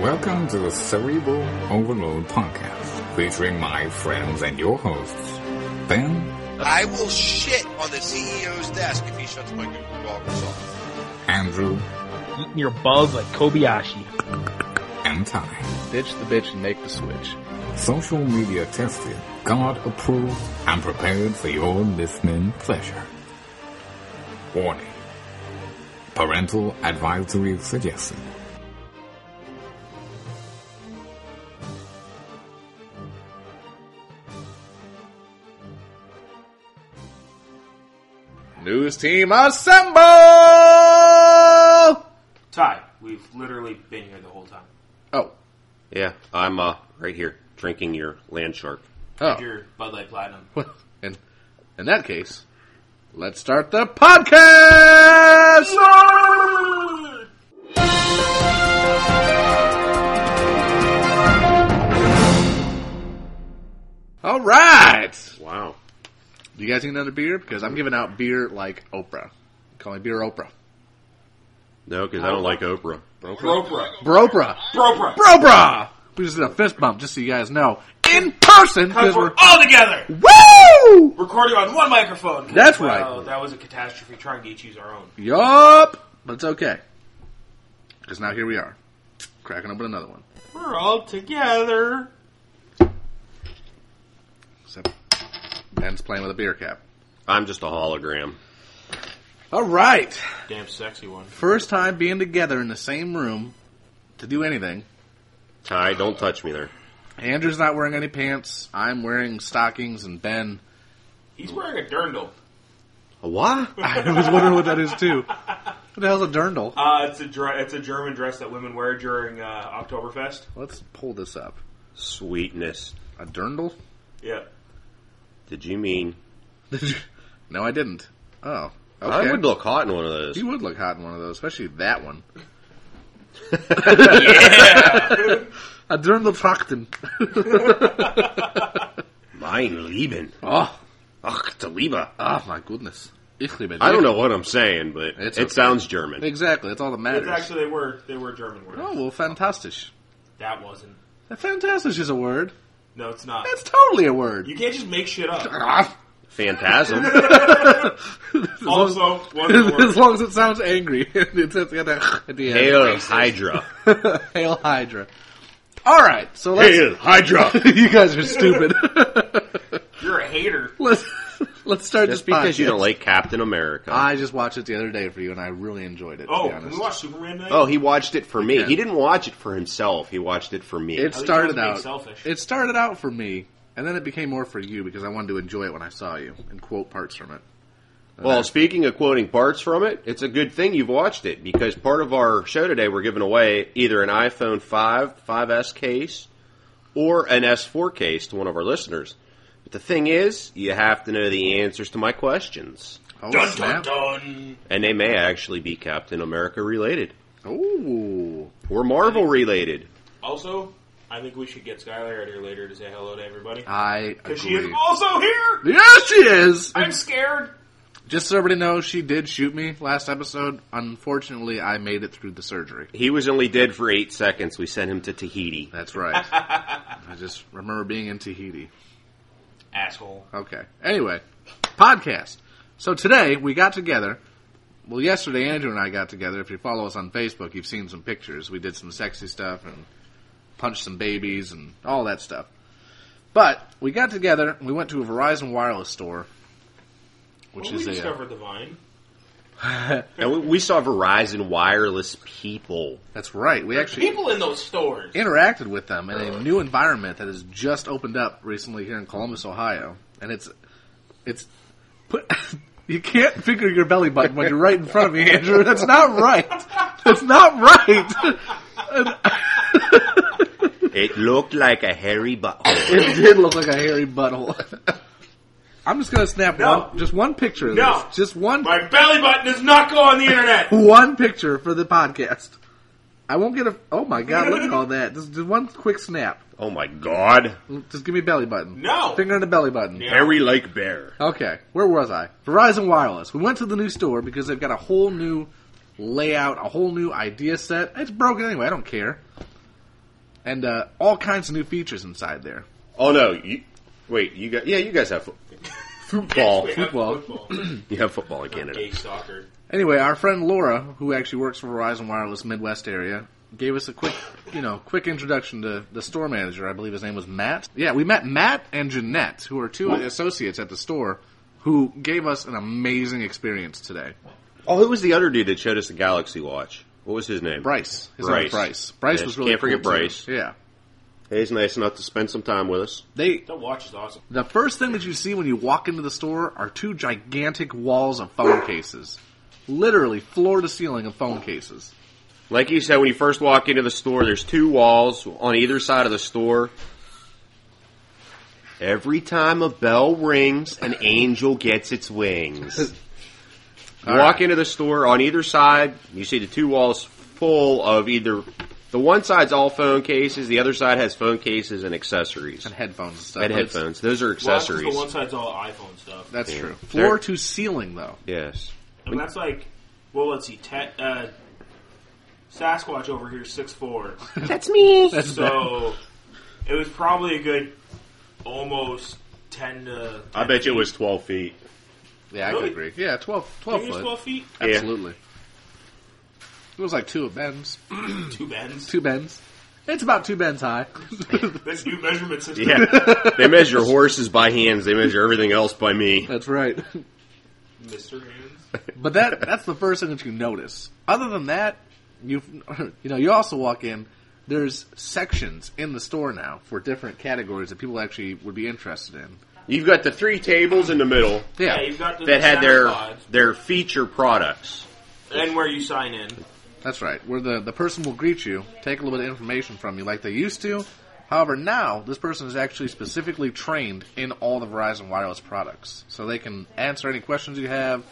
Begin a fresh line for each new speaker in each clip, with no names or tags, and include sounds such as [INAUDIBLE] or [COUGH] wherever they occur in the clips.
Welcome to the Cerebral Overload Podcast, featuring my friends and your hosts, Ben
I will shit on the CEO's desk if he shuts my Google goggles off.
Andrew,
eating your bug like Kobayashi.
and Ty.
Ditch the bitch and make the switch.
Social media tested, God approved, and prepared for your listening pleasure. Warning. Parental advisory suggested.
News team assemble!
Ty, we've literally been here the whole time.
Oh,
Yeah, I'm uh, right here drinking your land shark.
oh.
Your Bud Light Platinum.
Well, in, in that case, let's start the podcast! All right.
Wow.
Do you guys need another beer? Because I'm giving out beer like Oprah. Call me beer Oprah.
No, because I don't like Oprah.
Bropra.
Bropra.
Bropra.
Bropra! We just did a fist bump, just so you guys know. In person, because we're
all together!
Woo!
Recording on one microphone. 'cause,
That's
well,
right.
That was a catastrophe trying to each use our own.
Yup! But it's okay. Because now here we are. Cracking open another one.
We're all together.
Except Ben's playing with a beer cap.
I'm just a hologram.
Alright!
Damn sexy one.
First time being together in the same room to do anything.
Ty, don't touch me there.
Andrew's not wearing any pants. I'm wearing stockings, and Ben. [LAUGHS]
He's wearing a dirndl.
A What?
I was wondering what that is too. What the hell's a dirndl?
Uh, it's a dr- it's a German dress that women wear during uh, Oktoberfest.
Let's pull this up.
Sweetness.
A dirndl?
Yeah.
Did you mean
no, I didn't. Oh, okay.
I would look hot in one of those?
You would look hot in one of those, especially that [LAUGHS] one. yeah! Adrenaltrachten.
Mein Lieben.
oh,
Ach, du Lieber.
oh my goodness. Ich liebe
I
dich.
don't know what I'm saying, but
It's
it
okay.
sounds German.
Exactly, that's all that matters.
It's actually they were they were German words.
oh, well, fantastisch.
That wasn't.
Fantastisch is a word.
No, it's not.
That's totally a word. [LAUGHS]
You can't just make shit up.
Ah, [LAUGHS]
Phantasm.
Also, wasn't a word.
as long as it sounds angry. [LAUGHS] it's it's got that at the end.
Hail Hydra.
[LAUGHS] Hail Hydra. Alright, so let's...
Hail Hydra.
[LAUGHS] you guys are stupid. [LAUGHS]
You're a hater.
let's, let's start this
Just because you
podcast.
don't like Captain America.
I just watched it the other day for you, and I really enjoyed it.
Oh,
to be
can we
honest.
watch Superman tonight?
Oh, he watched it for me.
Yeah.
He didn't watch it for himself. He watched it for me.
it
I think
started
that was being
out
selfish.
It started out for me, and then it became more for you because I wanted to enjoy it when I saw you and quote parts from it.
Well, speaking of quoting parts from it, it's a good thing you've watched it because part of our show today we're giving away either an iPhone 5, 5S case, or an S4 case to one of our listeners. But the thing is, you have to know the answers to my questions.
Oh
Dun dun
snap!
dun.
And they may actually be Captain America related
Oh,
or Marvel related.
Also, I think we should get Skylar out here later to say hello to everybody.
I agree.
Because she is also here!
yes, she is.
I'm scared!
Just so everybody knows, she did shoot me last episode. Unfortunately, I made it through the surgery.
He was only dead for eight seconds. We sent him to Tahiti.
That's [LAUGHS] right. I just remember being in Tahiti.
Asshole.
Okay. Anyway, podcast. So today we got together. Well, yesterday Andrew and I got together. If you follow us on Facebook, you've seen some pictures. We did some sexy stuff and punched some babies and all that stuff. But we got together. and We went to a Verizon wireless store, which
Well, we
is a uh,
discovered the vine.
And we, we saw Verizon wireless people.
that's right. We actually
People in those stores.
interacted with them in a new environment that has just opened up recently here in Columbus, Ohio, and it's it's put. [LAUGHS] You can't finger your belly button when you're right in front of me, Andrew. That's not right. That's not right.
It looked like a hairy butthole.
It did look like a hairy butthole. I'm just gonna snap
No.
one, just one picture of
No.
this. Just one,
My belly button does not go on the internet!
one picture for the podcast. I won't get a. Oh my god! Look at all that. Just, just one quick snap.
Oh my god.
Just give me belly button.
No.
Finger in the belly button.
Yeah.
Hairy like bear.
Okay, where was I? Verizon Wireless. We went to the new store because they've got a whole new layout, a whole new idea set. It's broken anyway, I don't care. and uh, all kinds of new features inside there.
Oh no! You, wait, you got yeah, you guys have fo- football.
We have
Football.
football.
you have football in Canada.
Gay soccer.
Anyway, our friend Laura, who actually works for Verizon Wireless Midwest area, gave us a quick, you know, quick introduction to the store manager. I believe his name was Matt. Yeah, we met Matt and Jeanette, who are two associates at the store, who gave us an amazing experience today.
Oh, who was the other dude that showed us the Galaxy Watch? What was his name?
Bryce, his name was Bryce. Bryce
Yes,
was really
can't forget
cool, too.
Bryce.
Yeah,
He's nice enough to spend some time with us.
they.
That watch is awesome.
The first thing that you see when you walk into the store are two gigantic walls of phone cases, literally floor to ceiling of phone cases.
Like you said, when you first walk into the store, there's two walls on either side of the store. Every time a bell rings, an angel gets its wings. You
All
walk
right.
into the store on either side, you see the two walls full of either the one side's all phone cases, the other side has phone cases and accessories
and headphones and stuff.
and
but it's-
headphones. Those are
Well,
accessories.
that's just the one side's all iPhone stuff.
That's
Yeah.
true.
They're-
Floor to ceiling, though.
Yes.
And that's like, well, let's see, te- uh, Sasquatch over here, six four.
[LAUGHS] That's me.
So it was probably a good almost ten to.
I bet you it was 12 feet.
Yeah, I
Really?
could agree. Yeah, 12, 12
Maybe it was
foot.
twelve feet.
Yeah.
Absolutely. It was like two of Ben's.
Two bends.
Two Ben's. It's about two Ben's high. [LAUGHS]
That's new measurement system.
Yeah. they measure horses by hands, they measure everything else
[LAUGHS]
by me.
that's right.
Mr. Hands.
But that that's the first thing that you notice. Other than that, you [LAUGHS] you know, you also walk in, there's sections in the store now for different categories that people actually would be interested in.
You've got the three tables in the middle
Yeah.
Yeah, you've got the
that had their
sabotage,
their feature products.
and where you sign in.
That's right. Where the, the person will greet you, take a little bit of information from you like they used to. However, now this person is actually specifically trained in all the Verizon wireless products. So they can answer any questions you have,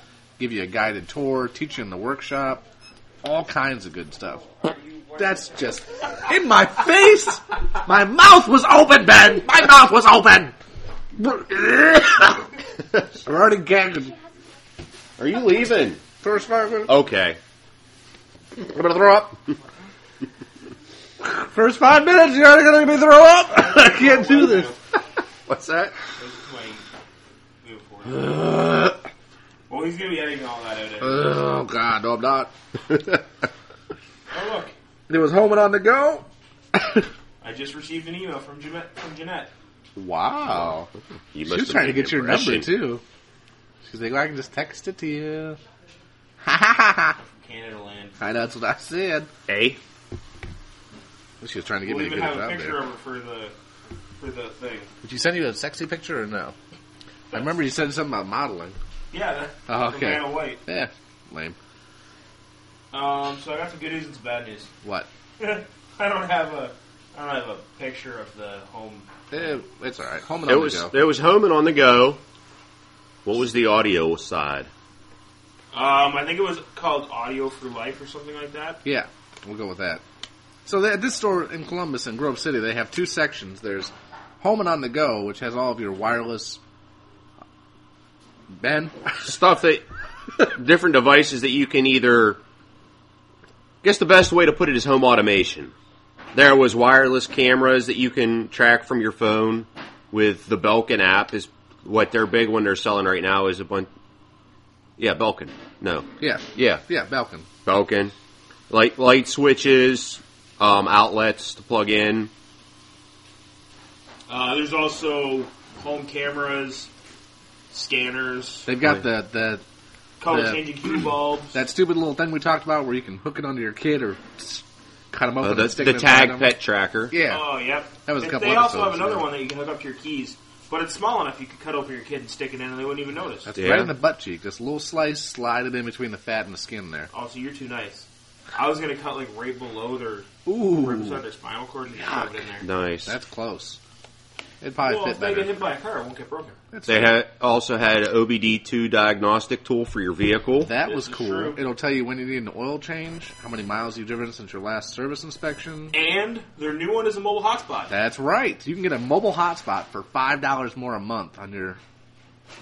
give you a guided tour, teach you in the workshop, all kinds of good stuff. That's just in my face. My mouth was open, Ben. My mouth was open. I'm already gagging.
Are you leaving?
First five.
Okay.
I'm gonna throw up. [LAUGHS] First five minutes, you're already gonna be throw up. [LAUGHS] I can't do this.
What's that?
This is my move forward. well, he's gonna be editing all that out. anyway.
Oh god, no, I'm not. [LAUGHS]
oh look,
It was home and on the go.
I just received an email from Jeanette. From Jeanette.
Wow,
You
she was trying to get your number too. She's like, well, I can just text it to [LAUGHS] you. Ha ha ha ha!
Canada Land.
I know that's what I said.
Hey,
She was trying to get
We'll
me to
even
get
have
it
a
out
picture
there.
of her for the for the thing.
Did you send you a sexy picture or no? I remember you said something about modeling.
Yeah, that,
Oh,
the
okay.
man in white.
Yeah, lame.
Um, so I got some good news and some bad news. [LAUGHS]
What?
I don't have a I don't have a picture of the home.
Eh, it's all right. Home and
it
on
was
the go.
it was home and on the go. What was the audio side?
Um, I think it was called Audio for Life or something like that.
Yeah, we'll go with that. So they, at this store in Columbus in Grove City, they have two sections. There's Home and On the Go, which has all of your wireless. Ben, [LAUGHS]
Stuff that different devices that you can either. guess the best way to put it is home automation. There was wireless cameras that you can track from your phone with the Belkin app is what their big one they're selling right now is a bunch. Yeah, Belkin. No.
yeah,
Yeah,
yeah, Balkan.
Belkin. Light light switches, um, outlets to plug in.
Uh, there's also home cameras, scanners,
They've
Oh,
got the the
color
Yeah.
changing cue bulbs.
that stupid little thing we talked about where you can hook it onto your kid or s- cut them open.
Uh, the,
and stick
the
them
tag
inside them.
pet tracker.
Yeah,
Oh, yep.
That was a
And
couple
They also have
episodes
another
ago.
one that you can hook up to your keys, but it's small enough you could cut open your kid and stick it in, and they wouldn't even notice.
that's
Yeah.
right in the butt cheek. This little slice slide it in between the fat and the skin there.
Also, you're too nice. I was gonna cut like right below their right
Ooh,
beside their spinal cord and just shove it in there.
Nice.
that's close. It'd probably
Well,
fit
if they get
better.
hit by a car, it won't get broken.
They had also had an OBD2 diagnostic tool for your vehicle.
That
This
was
is
cool.
true.
It'll tell you when you need an oil change, how many miles you've driven since your last service inspection.
And their new one is a mobile hotspot.
That's right. You can get a mobile hotspot for five dollars more a month on your.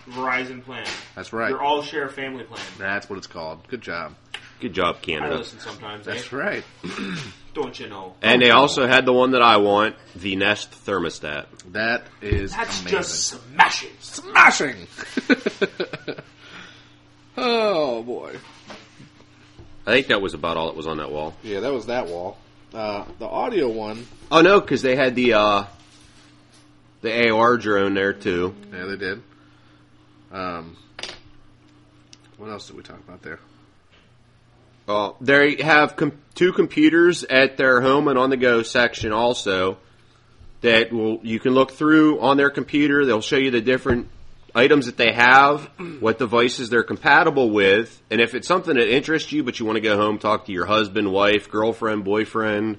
Verizon plan.
That's right.
Your all share family plan.
That's what it's called. Good job.
Good job,
I
Canada.
listen sometimes.
That's
That's
right.
Don't you know?
And they also had the one that I want, the Nest thermostat.
That is
That's
amazing.
just smashing.
smashing. [LAUGHS] oh boy.
I think that was about all that was on that wall.
Yeah, that was that wall. Uh, the audio one.
Oh no, because they had the uh, the AR drone there too.
Yeah, they did. Um, what else did we talk about there?
Uh, they have com- two computers at their home and on the go section also that will you can look through on their computer. They'll show you the different items that they have, what devices they're compatible with, and if it's something that interests you but you want to go home, talk to your husband, wife, girlfriend, boyfriend,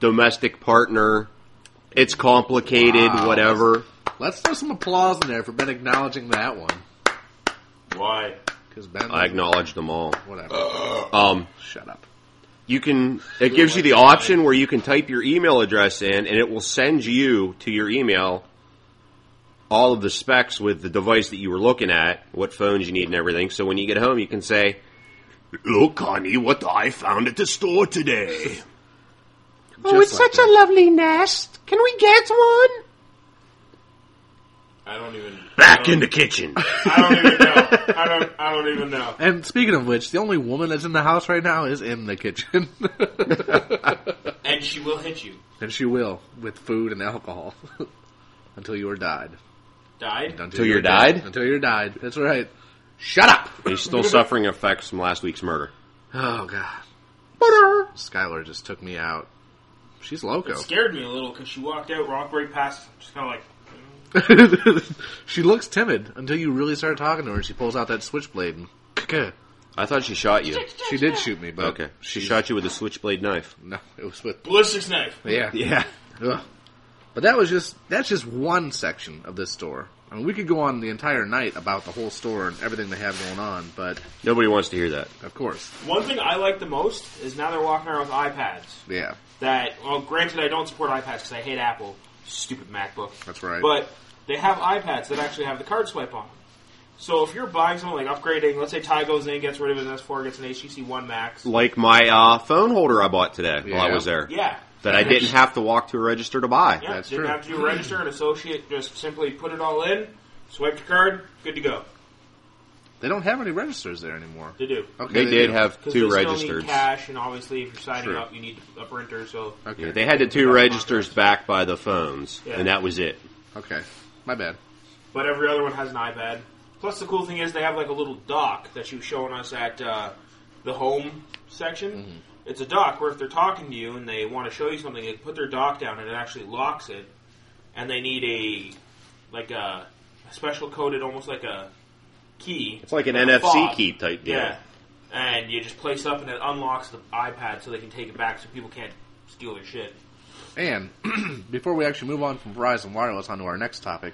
domestic partner. It's complicated,
Wow.
whatever.
Let's throw some applause in there for Ben acknowledging that one.
Why?
Because Ben,
I acknowledge them all.
whatever.
Um,
Shut up.
you can it gives you the option where you can type your email address in and it will send you to your email all of the specs with the device that you were looking at what phones you need and everything so when you get home you can say look honey what i found at the store today
Oh, it's such a
lovely nest can we get one
I don't even.
back in the [LAUGHS] kitchen
I don't even
[LAUGHS]
know. I don't. I don't even know.
And speaking of which, the only woman that's in the house right now is in the kitchen, [LAUGHS]
And she will hit you.
and she will with food and alcohol [LAUGHS] until you are died.
Died.
Till you're died?
Until you're died. That's right. Shut up.
he's still suffering effects from last week's murder
Oh god. Skylar just took me out. She's loco. [LAUGHS]
Scared me a little because she walked out, walked right past, just kind of like.
she looks timid until you really start talking to her and she pulls out that switchblade and [LAUGHS]
i thought she shot you
she did shoot me, but
okay she shot you with a switchblade knife
no, it was with
Ballistics knife.
yeah.
yeah
Ugh. But that was just that's just one section of this store. I mean, we could go on the entire night about the whole store and everything they have going on, but
nobody wants to hear that
of course,
One thing I like the most is now they're walking around with iPads.
yeah,
That, well, granted, I don't support iPads because I hate Apple. Stupid MacBook.
That's right.
But they have iPads that actually have the card swipe on them. So if you're buying something like upgrading, let's say Ty goes in, gets rid of his S4, gets an HTC One Max.
like my uh, phone holder I bought today while I
Yeah.
was there.
Yeah.
That I didn't have to walk to a register to buy.
Yeah,
That's
didn't
true.
have to do register and associate. Just simply put it all in, swipe your card, good to go.
they don't have any registers there anymore.
They do.
Okay,
They did
do.
have
'Cause
two
they still
registers.
need cash, and obviously if you're signing
True.
up, you need a printer. So
Okay,
Yeah, they had the two
Yeah.
registers backed by the phones,
Yeah.
and that was it.
okay, my bad.
but every other one has an iPad. Plus, the cool thing is they have like a little dock that you was showing us at uh, the home section.
Mm-hmm.
It's a dock where if they're talking to you and they want to show you something, they put their dock down and it actually locks it. And they need a like a, a special coded, almost like a key.
It's like an
a
NFC
fob.
key type deal.
Yeah. And you just place up and it unlocks the iPad so they can take it back so people can't steal their shit.
And [CLEARS THROAT] before we actually move on from Verizon Wireless onto our next topic,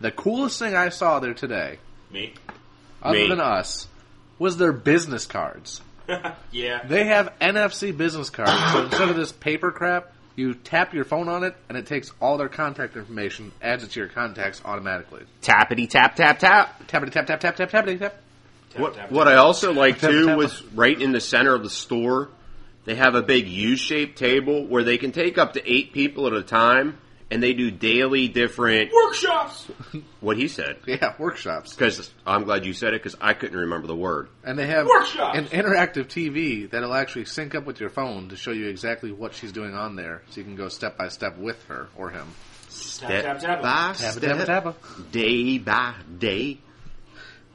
the coolest thing I saw there today,
Me? [LAUGHS]
other
Me.
than us, was their business cards.
Yeah.
They have NFC business cards. So instead of this paper crap, you tap your phone on it, and it takes all their contact information, adds it to your contacts automatically.
Tappity tap tap tap.
Tappity tap tap tap tap tappity tap.
Tap,
What,
tap, tap.
what I also liked
Tap,
too
tap.
was right in the center of the store, they have a big U-shaped table where they can take up to eight people at a time, and they do daily different.
Workshops!
What he said,
Yeah, workshops.
because I'm glad you said it, because I couldn't remember the word.
And they have
Workshops!
an interactive TV that'll actually sync up with your phone to show you exactly what she's doing on there, so you can go step by step with her or him.
Tap, tap, tap.
by
Tappa,
step,
tappa, tappa.
day by day.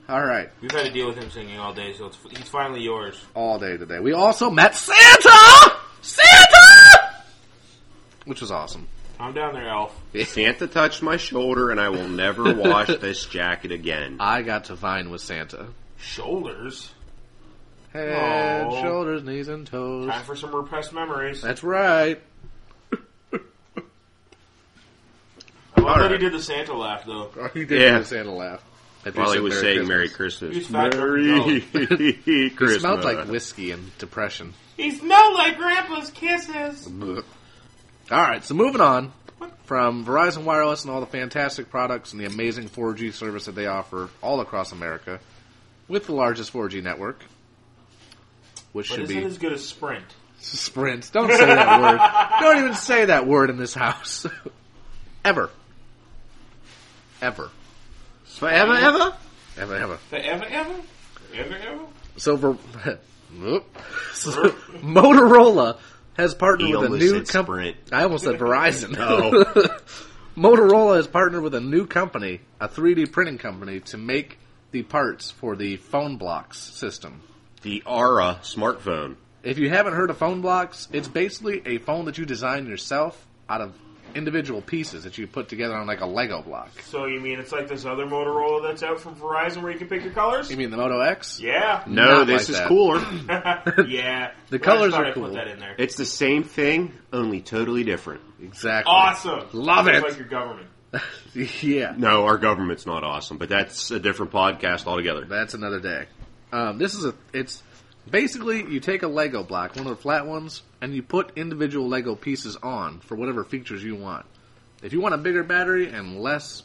All right,
We've had to deal with him singing all day, so it's, he's finally yours.
all day today. We also met Santa, Santa, which was awesome.
Calm down there, Elf.
Santa touched my shoulder, and I
[LAUGHS]
will never wash this jacket again.
I got to vine with Santa.
Shoulders.
Head,
Aw.
shoulders, knees, and toes.
Time for some repressed memories.
That's right.
I love that
alright.
he did the Santa laugh, though.
Oh, he did
Yeah.
do the Santa laugh. If you
While he
said
was saying "Merry Christmas,"
He was fat
Merry
He [LAUGHS]
Christmas.
smelled like whiskey and depression.
He smelled like Grandpa's kisses!
All right, so moving on from Verizon Wireless and all the fantastic products and the amazing 4G service that they offer all across America with the largest 4G network. which
But
should
isn't
be
as good as Sprint.
sprints. Don't say that word. Don't even say that word in this house, [LAUGHS] ever, ever,
Forever, ever?
ever, ever.
Forever, ever? Ever, ever?
So for so [LAUGHS] Motorola has partnered
He
with a
almost
new
said
company.
Sprint.
I almost said
[LAUGHS]
Verizon.
Oh.
[LAUGHS] Motorola has partnered with a new company, a 3D printing company, to make the parts for the phone blocks system.
The Aura smartphone.
If you haven't heard of phone blocks, it's basically a phone that you design yourself out of individual pieces that you put together on like a Lego block.
So you mean it's like this other Motorola that's out from Verizon where you can pick your colors?
You mean the Moto X?
Yeah.
No,
Not
this
like
is
that.
cooler.
yeah.
[LAUGHS] The
Well, I
colors
thought
are
I
cool.
Put that in there.
It's the same thing, only totally different.
Exactly.
awesome.
Love
Just
it.
Like your government.
[LAUGHS] yeah.
No, our government's not awesome, but that's a different podcast altogether.
That's another day. Um, this is a. It's basically you take a Lego block, one of the flat ones, and you put individual Lego pieces on for whatever features you want. If you want a bigger battery and less,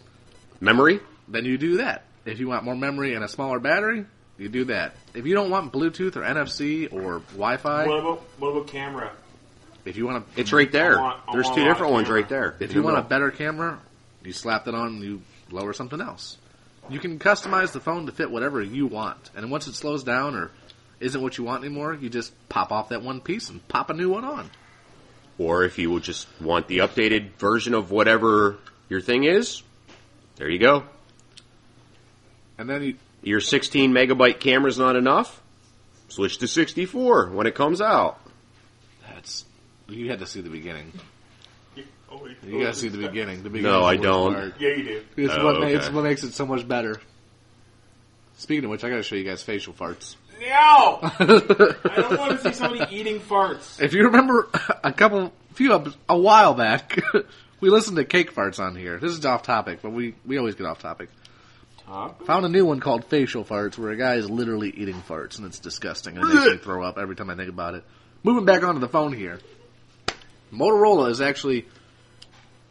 Memory?
then you do that. If you want more memory and a smaller battery, you do that. If you don't want Bluetooth or NFC or Wi-Fi,
What about, what about camera?
if you want a,
It's right there.
I want- I
There's
want
two
a lot
different
of
ones
camera.
right there.
if you want a better camera, you slap that on and you lower something else. You can customize the phone to fit whatever you want, and once it slows down or isn't what you want anymore, you just pop off that one piece and pop a new one on.
Or if you would just want the updated version of whatever your thing is, there you go.
And then you,
Your 16 megabyte camera's not enough. Switch to 64 when it comes out.
that's you had to see the beginning.
You- Oh, wait.
You gotta see the beginning. The beginning.
I don't.
Yeah, you do.
It's
Oh,
what ma-
okay.
it's what makes it so much better. Speaking of which, I gotta show you guys facial farts.
No! I don't want to see somebody eating farts.
If you remember [LAUGHS] a couple, few up a while back, [LAUGHS] we listened to cake farts on here. This is off topic, but we we always get off topic.
Huh?
Found a new one called facial farts, where a guy is literally eating farts, and it's disgusting. It makes me throw up every time I think about it. Moving back onto the phone here, Motorola is actually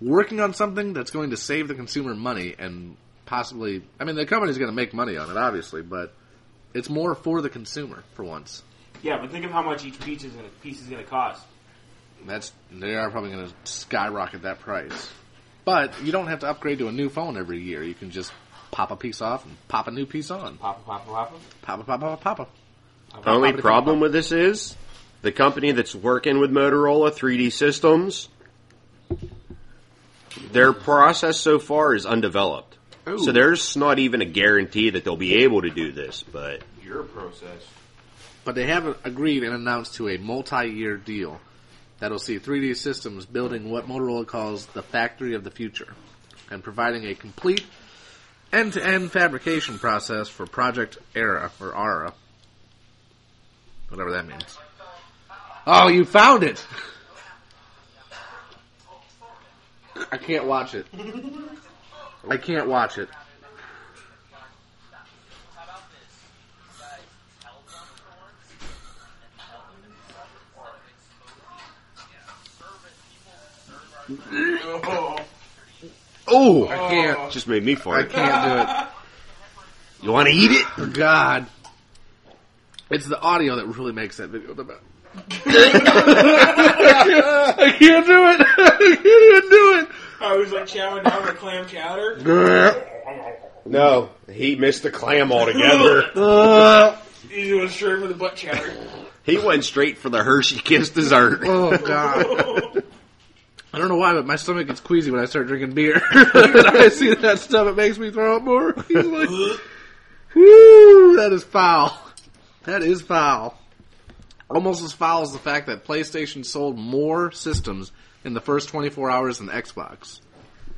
working on something that's going to save the consumer money and possibly. I mean, the company's going to make money on it, obviously, but it's more for the consumer for once.
Yeah, but think of how much each piece is gonna, piece is going to cost.
That's they are probably going to skyrocket that price. But you don't have to upgrade to a new phone every year. You can just pop a piece off and pop a new piece on.
Papa, papa, papa.
Pop a pop pop pop. pop.
Only
Papa-
problem with this is the company that's working with Motorola 3D Systems, their process so far is undeveloped.
Ooh.
So there's not even a guarantee that they'll be able to do this, but
Your process.
But they have agreed and announced to a multi-year deal that'll see 3D Systems building what Motorola calls the factory of the future and providing a complete end-to-end fabrication process for Project Era or ARA, whatever that means. Oh, you found it! I can't watch it. I can't watch it.
oh,
I can't.
just made me
I
fart.
can't
You want to eat it?
do it. God. It's the audio that really makes that video the [LAUGHS] best. I can't do it. [LAUGHS] I
I was like chowing down with clam chowder.
can't even do it.
No, he missed the clam altogether.
Oh,
He was straight for the butt chowder.
[LAUGHS] he went straight for the Hershey Kiss dessert.
Oh god. I don't know why, but my stomach gets queasy when I start drinking beer. [LAUGHS] When I see that stuff, it makes me throw up more. [LAUGHS] He's like, woo, that is foul. That is foul. Almost as foul as the fact that PlayStation sold more systems in the first 24 hours than Xbox.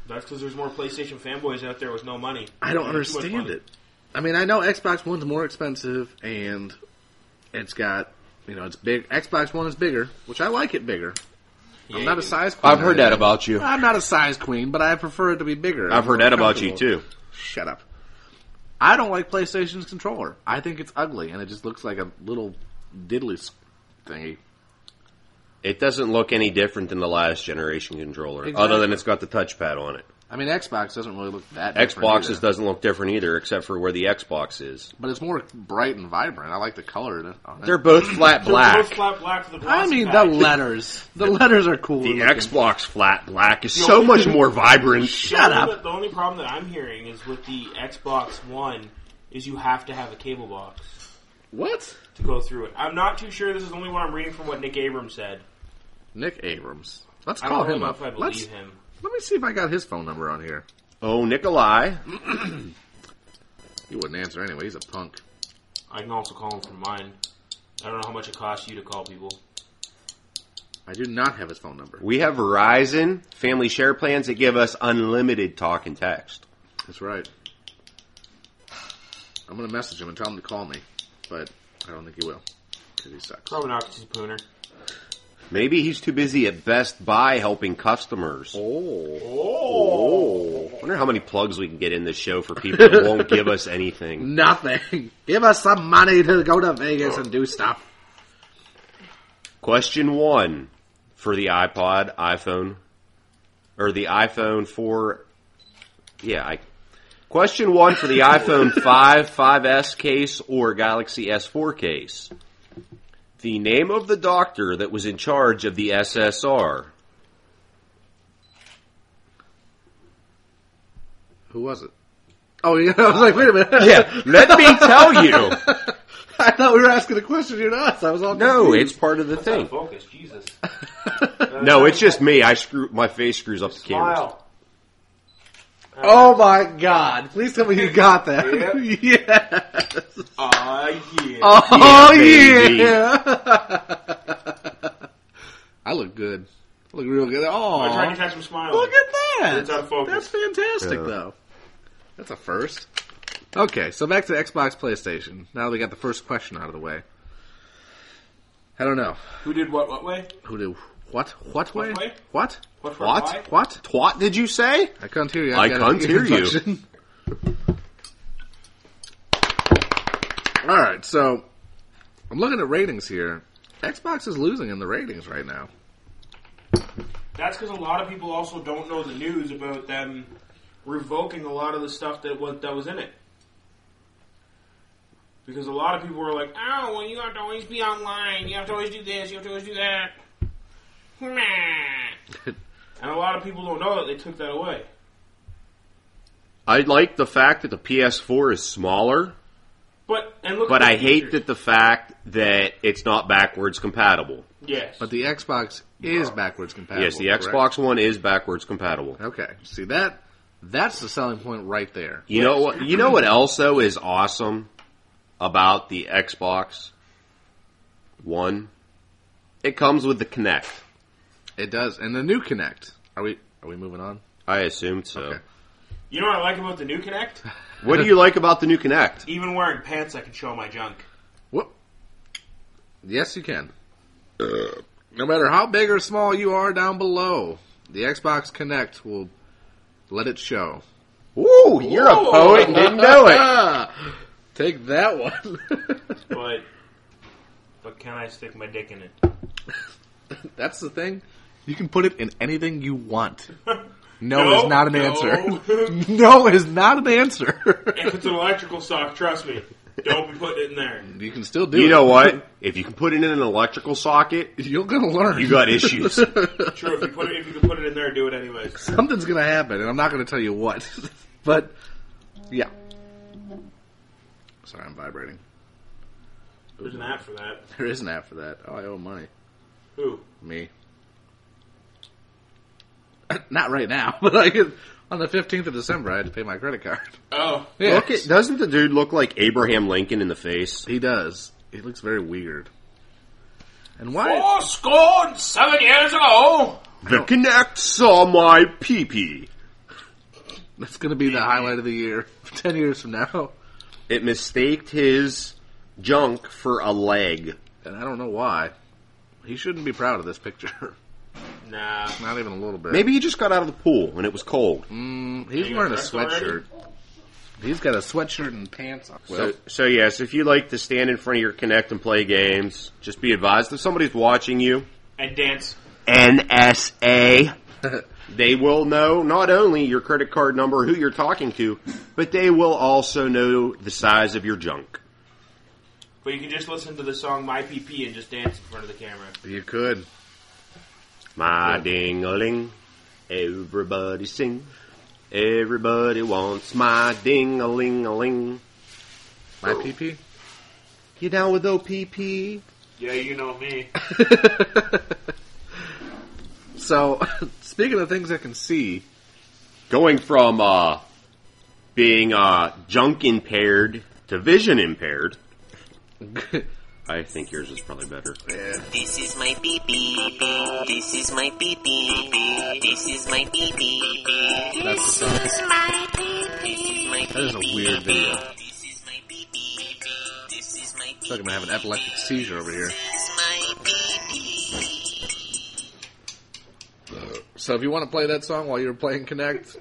That's because there's more PlayStation fanboys out there with no money.
I don't
There's too much
understand
money.
it. I mean, I know Xbox One's more expensive, and it's got, you know, it's big. Xbox One is bigger, which I like it bigger. I'm
Yeah,
not
you
a
do.
size queen.
I've heard that about you.
I'm not a size queen, but I prefer it to be bigger.
I've heard that about you
Comfortable.
too.
Shut up. I don't like PlayStation's controller. I think it's ugly, and it just looks like a little diddly s- thingy.
It doesn't look any different than the last generation controller,
Exactly.
other than it's got the touchpad on it.
I mean, Xbox doesn't really look that. different
Xboxes
either.
doesn't look different either, except for where the Xbox is.
but it's more bright and vibrant. I like the color in it- on it.
They're both flat
They're
black.
both flat black for the
I
glossy
mean, the
pack.
letters. The letters are cool.
the
looking.
Xbox flat black is so much more vibrant.
The
Shut
only-
up.
The only problem that I'm hearing is with the Xbox One is you have to have a cable box
What?
to go through it. I'm not too sure. This is only what I'm reading from what Nick Abrams said.
Nick Abrams. Let's
I
call
don't
him
know
up.
if I believe
Let's,
him.
let me see if I got his phone number on here.
Oh, Nikolai.
He wouldn't answer anyway. He's a punk.
I can also call him from mine. I don't know how much it costs you to call people.
I do not have his phone number.
We have Verizon family share plans that give us unlimited talk and text.
That's right. I'm gonna message him and tell him to call me, but I don't think he will because he sucks.
Probably not because he's a pooner.
Maybe he's too busy at Best Buy helping customers.
Oh,
Oh. Wonder how many plugs we can get in this show for people that won't give
[LAUGHS]
us anything.
nothing. Give us some money to go to Vegas and do stuff.
Question one for the iPod, iPhone, or the iPhone 4. Yeah, I. Question one for the iPhone 5, 5S case, or Galaxy S4 case. The name of the doctor that was in charge of the SSR.
Who was it? Oh, [LAUGHS] yeah. I was like, wait a minute.
Yeah, [LAUGHS] let me tell you.
[LAUGHS] I thought we were asking a question here to us. I was all
No,
confused.
it's part of the thing.
Focus,
[LAUGHS]
Jesus.
No, it's just me. I screw my face screws up the camera.
Smile.
Oh my God! Please tell me you got that. [LAUGHS] yes.
Aw, Ah, yeah.
Oh
baby.
yeah! [LAUGHS] I look good. I look real good.
I'm trying to
Oh,
catch him smiling.
look at
It's out
that!
of focus.
That's fantastic,
Yeah.
though. That's a first. Okay, so back to Xbox, PlayStation. Now that we got the first question out of the way. I don't know
Who did what what way?
who do what what way
way?
what
What for
What?
why?
what.
Twat, did you say?
I can't hear you.
I
I've got
can't
an
hear you.
infection. [LAUGHS] All right, so I'm looking at ratings here. Xbox is losing in the ratings right now.
That's because a lot of people also don't know the news about them revoking a lot of the stuff that was that was in it. Because a lot of people were like, "Oh, well, you have to always be online. You have to always do this. You have to always do that." [LAUGHS] and a lot of people don't know that they took that away.
I like the fact that the PS4 is smaller,
But and look.
but
at the
I hate
features.
that the fact that it's not backwards compatible.
Yes.
But the Xbox is backwards compatible.
yes, the
correct?
Xbox One is backwards compatible.
Okay, see that that's the selling point right there.
You know what? You know what else though is awesome about the Xbox One? It comes with the Kinect.
It does, and the new Connect. Are we are we moving on?
I assumed so.
Okay.
you know what I like about the new Connect?
[LAUGHS] What do you like about the new Kinect?
Even wearing pants, I can show my junk.
What? Yes, you can.
Uh.
No matter how big or small you are down below, the Xbox Connect will let it show.
Ooh, you're a
Oh, [LAUGHS]
poet and didn't know it.
Take that one. [LAUGHS]
But but can I stick my dick in it?
That's the thing. You can put it in anything you want. No,
No,
is not an
no. [LAUGHS]
answer. [LAUGHS] no is not an answer. [LAUGHS]
If it's an electrical sock, trust me, don't be putting it in there.
you can still do it.
You know what? If you can put it in an electrical socket,
You're gonna learn.
you got [LAUGHS] issues.
True, if you put it, if you can put it in there, do it anyways.
[LAUGHS] Something's gonna happen, and I'm not gonna tell you what. [LAUGHS] but yeah. Sorry, I'm vibrating.
There's an app for that.
There is an app for that. Oh, I owe money.
Who?
Me. [CLEARS THROAT] Not right now, [LAUGHS] but I could, on the 15th of December, I had to pay my credit card.
Oh,
Yeah.
Look at, doesn't the dude look like Abraham Lincoln in the face?
He does. He looks very weird. And why?
four score and seven years ago.
The Connect saw my pee-pee.
That's going to be the highlight of the year. [LAUGHS] 10 years from now.
It mistaked his junk for a leg.
And I don't know why. He shouldn't be proud of this picture. [LAUGHS]
Nah,
Not even a little bit.
Maybe he just got out of the pool and it was cold.
He's
You
wearing a
dressed already?
sweatshirt. He's got a sweatshirt and pants on.
So, so yes, if you like to stand in front of your Connect and play games, just be advised if somebody's watching you.
and dance.
NSA. they will know not only your credit card number, who you're talking to, but they will also know the size of your junk.
But you can just listen to the song My PP and just dance in front of the camera.
You could.
My ding-a-ling, everybody sing. Everybody wants my ding-a-ling-a-ling.
My PP?
You down with OPP?
Yeah, you know me.
So, [LAUGHS] speaking of things I can see,
Going from uh, being uh, junk impaired to vision [LAUGHS] impaired. I think yours is probably better.
This is my pee pee. This is my pee pee. This is my pee pee.
that sucks.
My pee pee.
That is a weird video.
This is my pee pee. This is my pee
I'm gonna have an epileptic seizure over here.
This is my pee pee.
So if you want to play that song while you're playing Connect,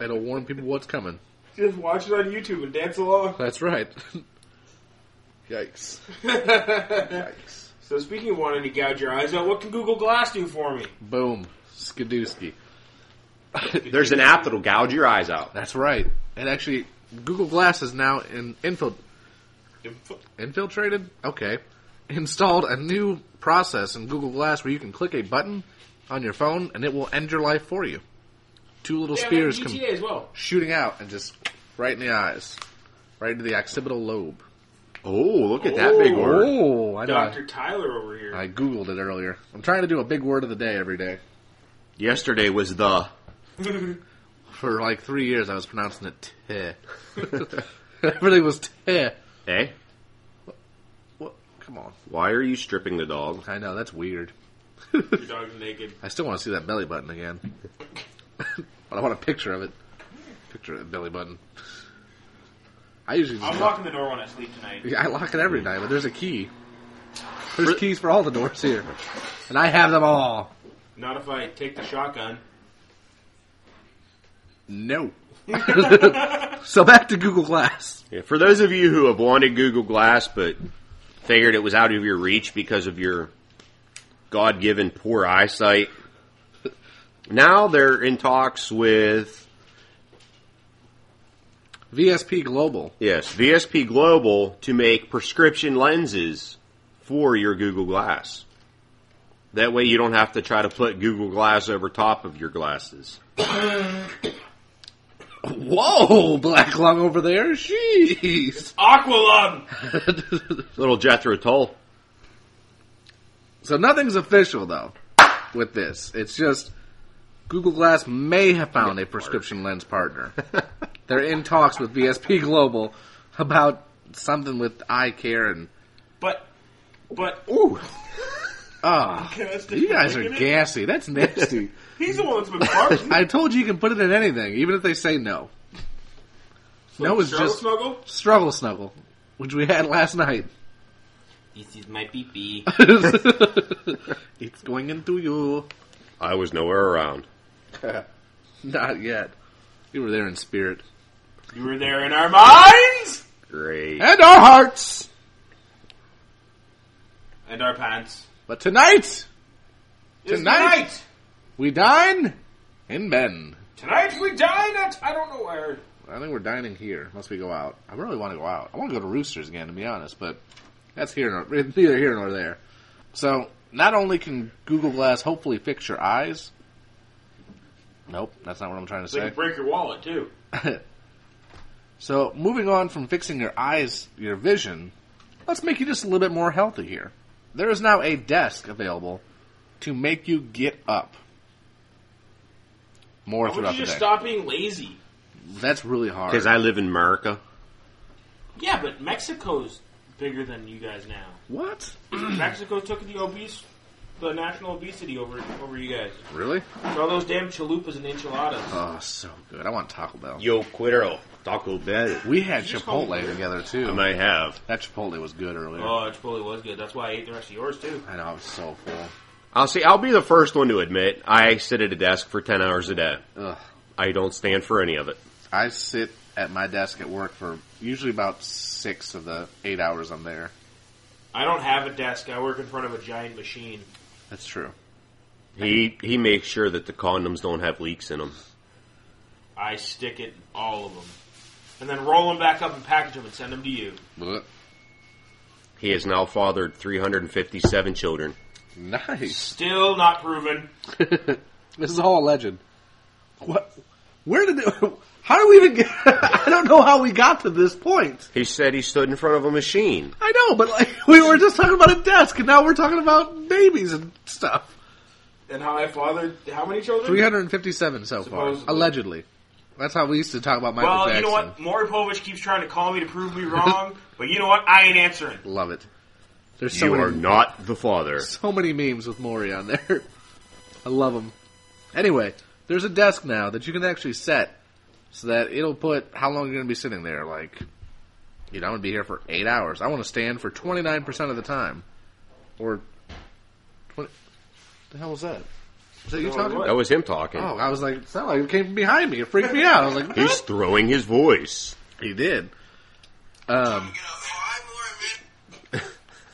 it'll warn people what's coming.
Just watch it on YouTube and dance along. [LAUGHS]
That's right. [LAUGHS] Yikes. Yikes.
So speaking of wanting to gouge your eyes out, what can Google Glass do for me?
Boom. Skidooski.
There's an app that'll gouge your eyes out.
That's right. And actually, Google Glass is now in infil- infiltrated. Okay, installed a new process in Google Glass where you can click a button on your phone and it will end your life for you. Two little
Yeah,
spears
GTA
come
as well.
shooting out and just right in the eyes, right into the occipital lobe.
Oh, look at that big word.
Oh, I know.
Dr. Tyler over here.
I googled it earlier. I'm trying to do a big word of the day every day.
Yesterday was the
For like three years, I was pronouncing it "teh." [LAUGHS] Everything was "teh."
eh?
What? Come on.
Why are you stripping the dog?
I know that's weird.
Your dog's naked.
I still want to see that belly button again. [LAUGHS] but I want a picture of it. Picture of the belly button. I usually just
I'm locking the door when I sleep tonight.
Yeah, I lock it every night, but there's a key. There's keys for all the doors here, and I have them all.
Not if I take the shotgun.
No. [LAUGHS] so back to Google Glass.
Yeah, for those of you who have wanted Google Glass but figured it was out of your reach because of your God given poor eyesight, now they're in talks with,
VSP Global.
yes, VSP Global to make prescription lenses for your Google Glass. That way you don't have to try to put Google Glass over top of your glasses.
Whoa, black lung over there. Jeez. [LAUGHS]
Aqualung!
Little Jethro Tull.
so nothing's official though with this. It's just Google Glass may have found a prescription lens [LAUGHS] partner. They're in talks with VSP Global about something with eye care and
But, but,
ooh. Ah,
Can I stick
you
my
guys
dick
are
in it?
gassy. That's [LAUGHS] nasty.
he's the one that's been barking.
[LAUGHS] I told you you can put it in anything, even if they say no. No is
Struggle
just
snuggle?
struggle snuggle, which we had last [LAUGHS] night.
This is my pee
[LAUGHS]
pee.
it's going into you.
I was nowhere around.
Not yet. You were there in spirit.
You were there in our minds!
Great.
And our hearts!
And our pants.
But tonight,
It's
Tonight! we dine in Ben.
Tonight we dine at I don't know where.
I think we're dining here, unless we go out. I really want to go out. I want to go to Roosters again, to be honest, but that's here nor, it's neither here nor there. So, not only can Google Glass hopefully fix your eyes. Nope, that's not what I'm trying to
They
say.
can break your wallet too.
So, moving on from fixing your eyes, your vision, let's make you just a little bit more healthy here. There is now a desk available to make you get up more
Why would
throughout
you
the
just
day.
stop being lazy?
That's really hard.
Because I live in America.
Yeah, but Mexico's bigger than you guys now. [CLEARS THROAT]
what?
Mexico took the obese, the national obesity over over you guys.
Really?
And all those damn chalupas and enchiladas.
Oh, so good. I want Taco Bell.
Yo quiero. Taco Bell.
We had
you just call
Chipotle
me weird?
together
I
too.
might have.
that Chipotle was good earlier.
Oh, it totally was good. That's why I ate the rest of yours too.
I know I was so full.
I'll see. I'll be the first one to admit I sit at a desk for ten hours a day.
Ugh.
I don't stand for any of it.
I sit at my desk at work for usually about six of the eight hours I'm there.
I don't have a desk. I work in front of a giant machine.
That's true.
He he makes sure that the condoms don't have leaks in them.
I stick it in all of them, and then roll them back up and package them and send them to you.
Blech.
He has now fathered 357 children.
[LAUGHS]
Nice.
Still not proven.
This is all legend. What? Where did? It, [LAUGHS] how do we even? Get, I don't know how we got to this point.
He said he stood in front of a machine.
I know, but like [LAUGHS] we were just talking about a desk, and now we're talking about babies and stuff.
And how I fathered how many children?
Three hundred and fifty-seven so far,
Supposedly.
allegedly. That's how we used to talk about Michael
Well, you
Jackson.
know what? Maury Povich keeps trying to call me to prove me
[LAUGHS]
wrong, but you know what? I ain't answering.
Love it. There's so
you
many,
are not the father.
so many memes with Maury on there. [LAUGHS] I love them. Anyway, there's a desk now that you can actually set so that it'll put how long you're going to be sitting there. Like, you know, I'm going to be here for eight hours. I want to stand for 29% of the time. Or, 20, the hell was that? Is that you
No,
talking?
what?
That was him talking.
Oh, I was like, it sounded like it came from behind me. It freaked me out. I was like,
He's
what?
throwing his voice.
He did. Um,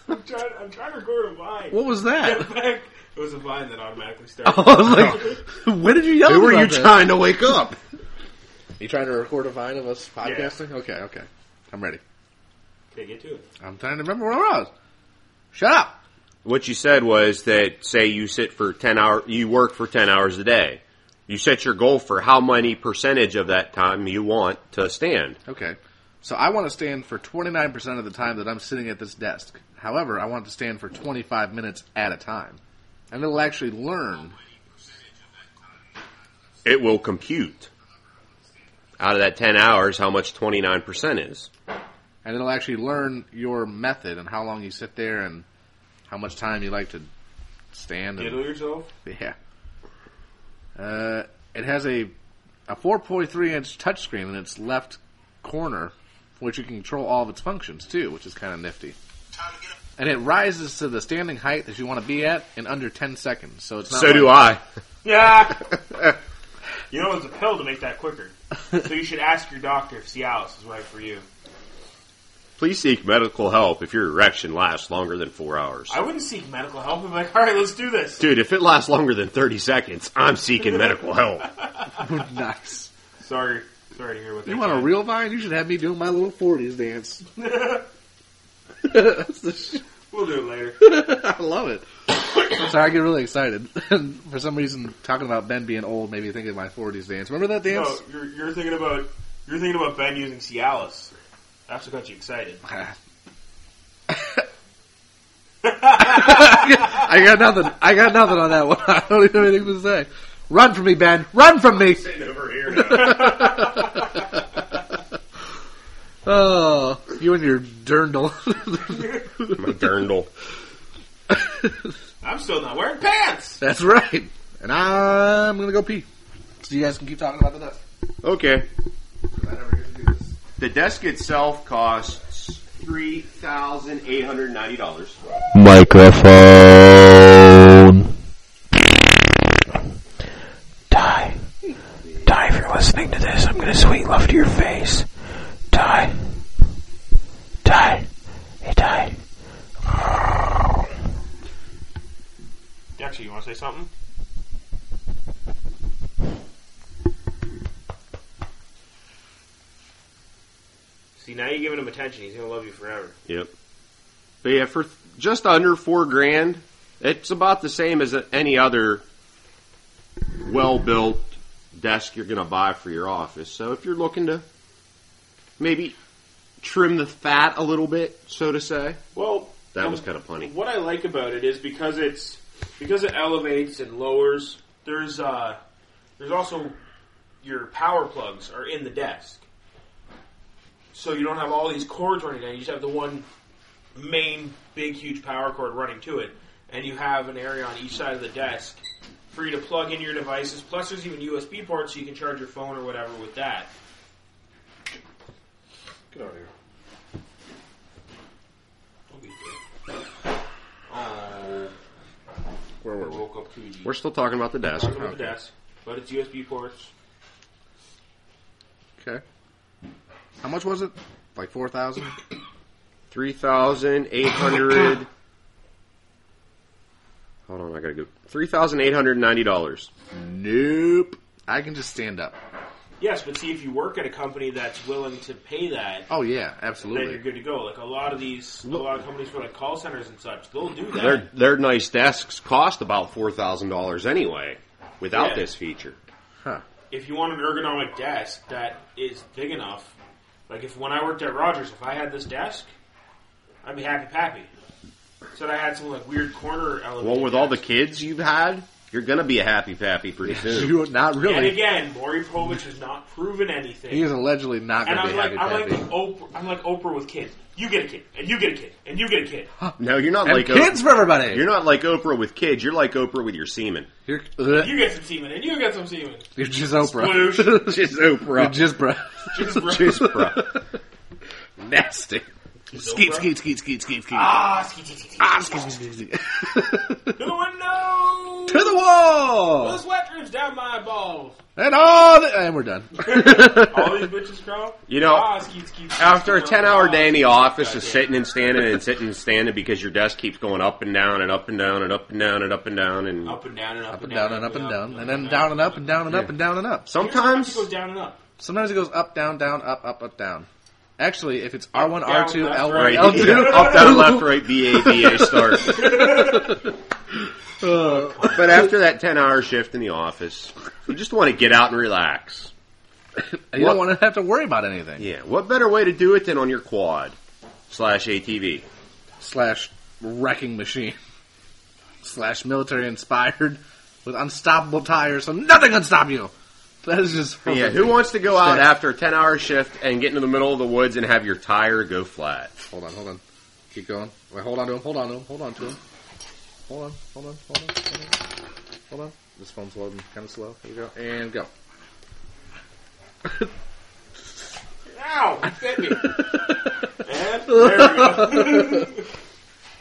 I'm trying, I'm trying to record a vine.
what was that?
[LAUGHS] it was a vine that automatically started.
[LAUGHS] I was
[LAUGHS]
[LAUGHS] like, when did you yell
Who are
about
you
that?
trying to wake up?
You trying to record a vine of us podcasting? Okay, okay. I'm ready.
Okay, get to it.
I'm trying to remember where I was. Shut up.
What you said was that say you sit for 10 hour you work for 10 hours a day. You set your goal for how many percentage of that time you want to stand.
Okay. So I want to stand for 29% of the time that I'm sitting at this desk. However, I want to stand for 25 minutes at a time. And it'll actually learn.
It will compute out of that 10 hours how much 29% is.
And it'll actually learn your method and how long you sit there and how much time you like to stand. And,
Diddle yourself.
yeah. Uh, it has a, a 4.3 inch touchscreen in its left corner, which you can control all of its functions too, which is kind of nifty. and it rises to the standing height that you want to be at in under 10 seconds. So it's not
So do I.
[LAUGHS]
Yeah. you know, there's a pill to make that quicker. So you should ask your doctor if Cialis is right for you.
Please seek medical help if your erection lasts longer than four hours.
I wouldn't seek medical help. I'm like, all right, let's do this.
Dude, if it lasts longer than 30 seconds, I'm seeking medical help.
I. [LAUGHS] nice.
Sorry, sorry to hear what they
You want a
said.
real vine? You should have me doing my little 40s dance. [LAUGHS] That's the sh-
We'll do it later.
[LAUGHS] I love it. Sorry, I get really excited. [LAUGHS] And For some reason, talking about Ben being old made me think of my 40s dance. Remember that dance?
No, you're, you're thinking about you're thinking about Ben using Cialis. That's what got you excited.
[LAUGHS] I got nothing. I got nothing on that one. [LAUGHS] I don't even have anything to say. Run from me, Ben. Run from me.
Over
[LAUGHS]
here.
Oh, you and your dirndl.
[LAUGHS]
[LAUGHS]
My dirndl.
I'm still not wearing pants.
That's right. And I'm gonna go pee. So you guys can keep talking about the dust.
Okay.
I never get to do this.
The desk itself costs $3,890.
microphone. Die. Die if you're listening to this. I'm gonna sweet love to your face. Die. Die. Hey, die.
Actually, you want to say something? See, now you're giving him attention. He's gonna love you forever.
Yep. But yeah, for just under four grand, it's about the same as any other well built desk you're going to buy for your office. So if you're looking to maybe trim the fat a little bit, so to say.
Well,
That was
um,
kind of funny.
What I like about it is because it's because it elevates and lowers. There's uh, there's also your power plugs are in the desk, so you don't have all these cords running down. You just have the one main big huge power cord running to it, and you have an area on each side of the desk for you to plug in your devices. Plus, there's even USB ports so you can charge your phone or whatever with that. Get out of here. Don't be a dick. Oh,
Where were
I
we?
woke up too deep. [LAUGHS]
We're still talking about the desk.
Talking about the desk, but it's USB ports.
Okay. How much was it? Like four thousand.
3,800. Hold on, I gotta go. Three thousand eight hundred ninety dollars.
Nope. I can just stand up.
Yes, but see, if you work at a company that's willing to pay that,
Oh yeah,
then you're
absolutely.
good to go. Like a lot of these, a lot of companies for like call centers and such, they'll do that.
Their their nice desks cost about four thousand dollars anyway, without
Yeah.
this feature.
Huh.
if you want an ergonomic desk that is big enough, like if when I worked at Rogers, if I had this desk, I'd be happy pappy. Said I had some like weird corner element.
Well, with all the kids you've had, you're gonna be a happy pappy pretty soon.
You not
and
really.
again, Maury Povich has not proven anything.
He is allegedly not
and
going to
I'm
be
like,
happy.
I'm like
Pappy.
the Oprah, I'm like Oprah with kids. You get a kid, and you get a kid, and you get a kid.
No, you're not
And
uh,
like
kids
Oprah.
for everybody.
You're not like Oprah with kids. You're like Oprah with your semen.
You're, ugh,
You get some semen, and you get some semen.
you're just Oprah. [LAUGHS]
Sploosh.
Just Oprah.
You're [LAUGHS] just
[LAUGHS]
bro.
Just bro.
[LAUGHS]
Just Oprah.
Nasty. Skeet,
Oprah.
skeet, skeet, skeet, skeet, skeet.
Ah, ski, ski, ski, ski.
Ah, skeet, skeet, skeet, skeet.
To the window.
to the wall!
The sweat drips down my
[LAUGHS]
balls.
And all the, and we're done.
All these bitches crawl.
You know,
Ah, ski, ski, ski,
After a
ski,
10 hour
ah,
day in the
ski,
office
ski,
of
ski.
sitting and standing and sitting and standing because your desk keeps going up and down and up and down and up and down and up and down and
up and down and up,
up and down and up and down. And then down and up and down and up and down and up. So
it
sometimes
goes down and up.
sometimes it goes up, down, down, up, up, up, down. Actually, if it's R1,
down,
R2,
left,
L1,
right
right.
L2,
up [LAUGHS] down left right VA VA [LAUGHS] start. but after that 10 hour shift in the office, you just want to get out and relax.
you don't want to have to worry about anything.
Yeah, what better way to do it than on your quad slash ATV?
slash wrecking machine slash military inspired with unstoppable tires, so nothing can stop you. That is just
Yeah,
horrific.
who wants to go out after a 10 hour shift and get into the middle of the woods and have your tire go flat?
Hold on, hold on, keep going. Wait, hold on to him. Hold on to him. Hold on to him. Hold on, hold on, hold on, hold on, hold on. This phone's loading kind of slow. Here you go and go.
Ow! He bit
[LAUGHS]
me. and there we go.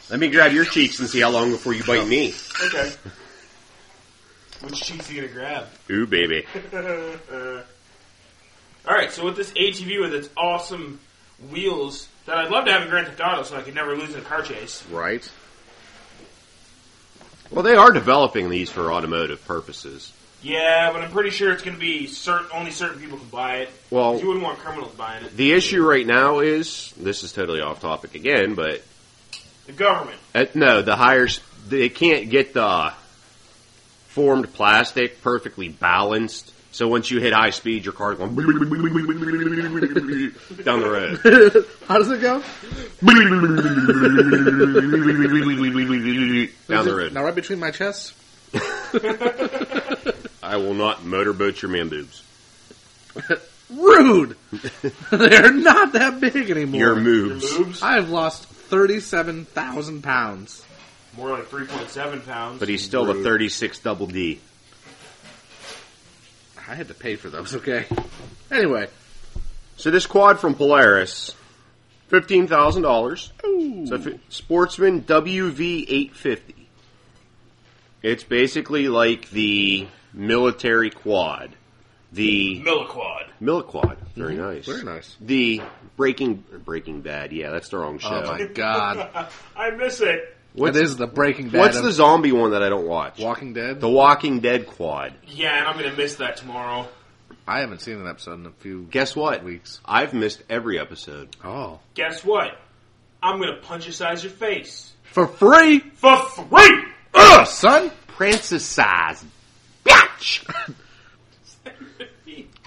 Let me grab your cheeks and see how long before you bite me.
Okay. Which cheeks you gonna grab? [LAUGHS]
Ooh, baby.
All right. So with this ATV with its awesome wheels that I'd love to have in Grand Theft Auto, so I could never lose in a car chase.
Right.
Well, they are developing these for automotive purposes.
Yeah, but I'm pretty sure it's gonna be certain only certain people can buy it.
Well-
'Cause you wouldn't want criminals buying it.
The issue right now is this is totally off topic again, but
The government.
uh, no, the higher s- they can't get the formed plastic perfectly balanced. So once you hit high speed, your car's going [LAUGHS] down the road.
How does it go?
down
Is
the
it-
road.
Now, right between my chest.
I will not motorboat your man boobs. [LAUGHS]
Rude. They're not that big anymore.
Your
Your
moves.
moves.
I have lost thirty-seven thousand pounds.
More like 3.7 pounds.
But he's still the 36 double D.
I had to pay for those. Okay. Anyway,
So this quad from Polaris, fifteen thousand dollars. So fi- Sportsman WV eight fifty. It's basically like the military quad, the
Milliquad.
miliquad. Very nice.
Mm-hmm. very nice.
The Breaking Breaking Bad. Yeah, that's the wrong show.
Oh my god,
[LAUGHS] I miss it.
what
what's,
is the Breaking Bad?
what's
of
the zombie one that I don't watch?
Walking Dead?
the Walking Dead quad.
Yeah, and I'm gonna miss that tomorrow.
I haven't seen an episode in a few
Guess what?
weeks.
I've missed every episode.
Oh,
Guess what? I'm gonna punchicize your face
for free,
for free.
Ugh, son.
Princess size, bitch.
[LAUGHS]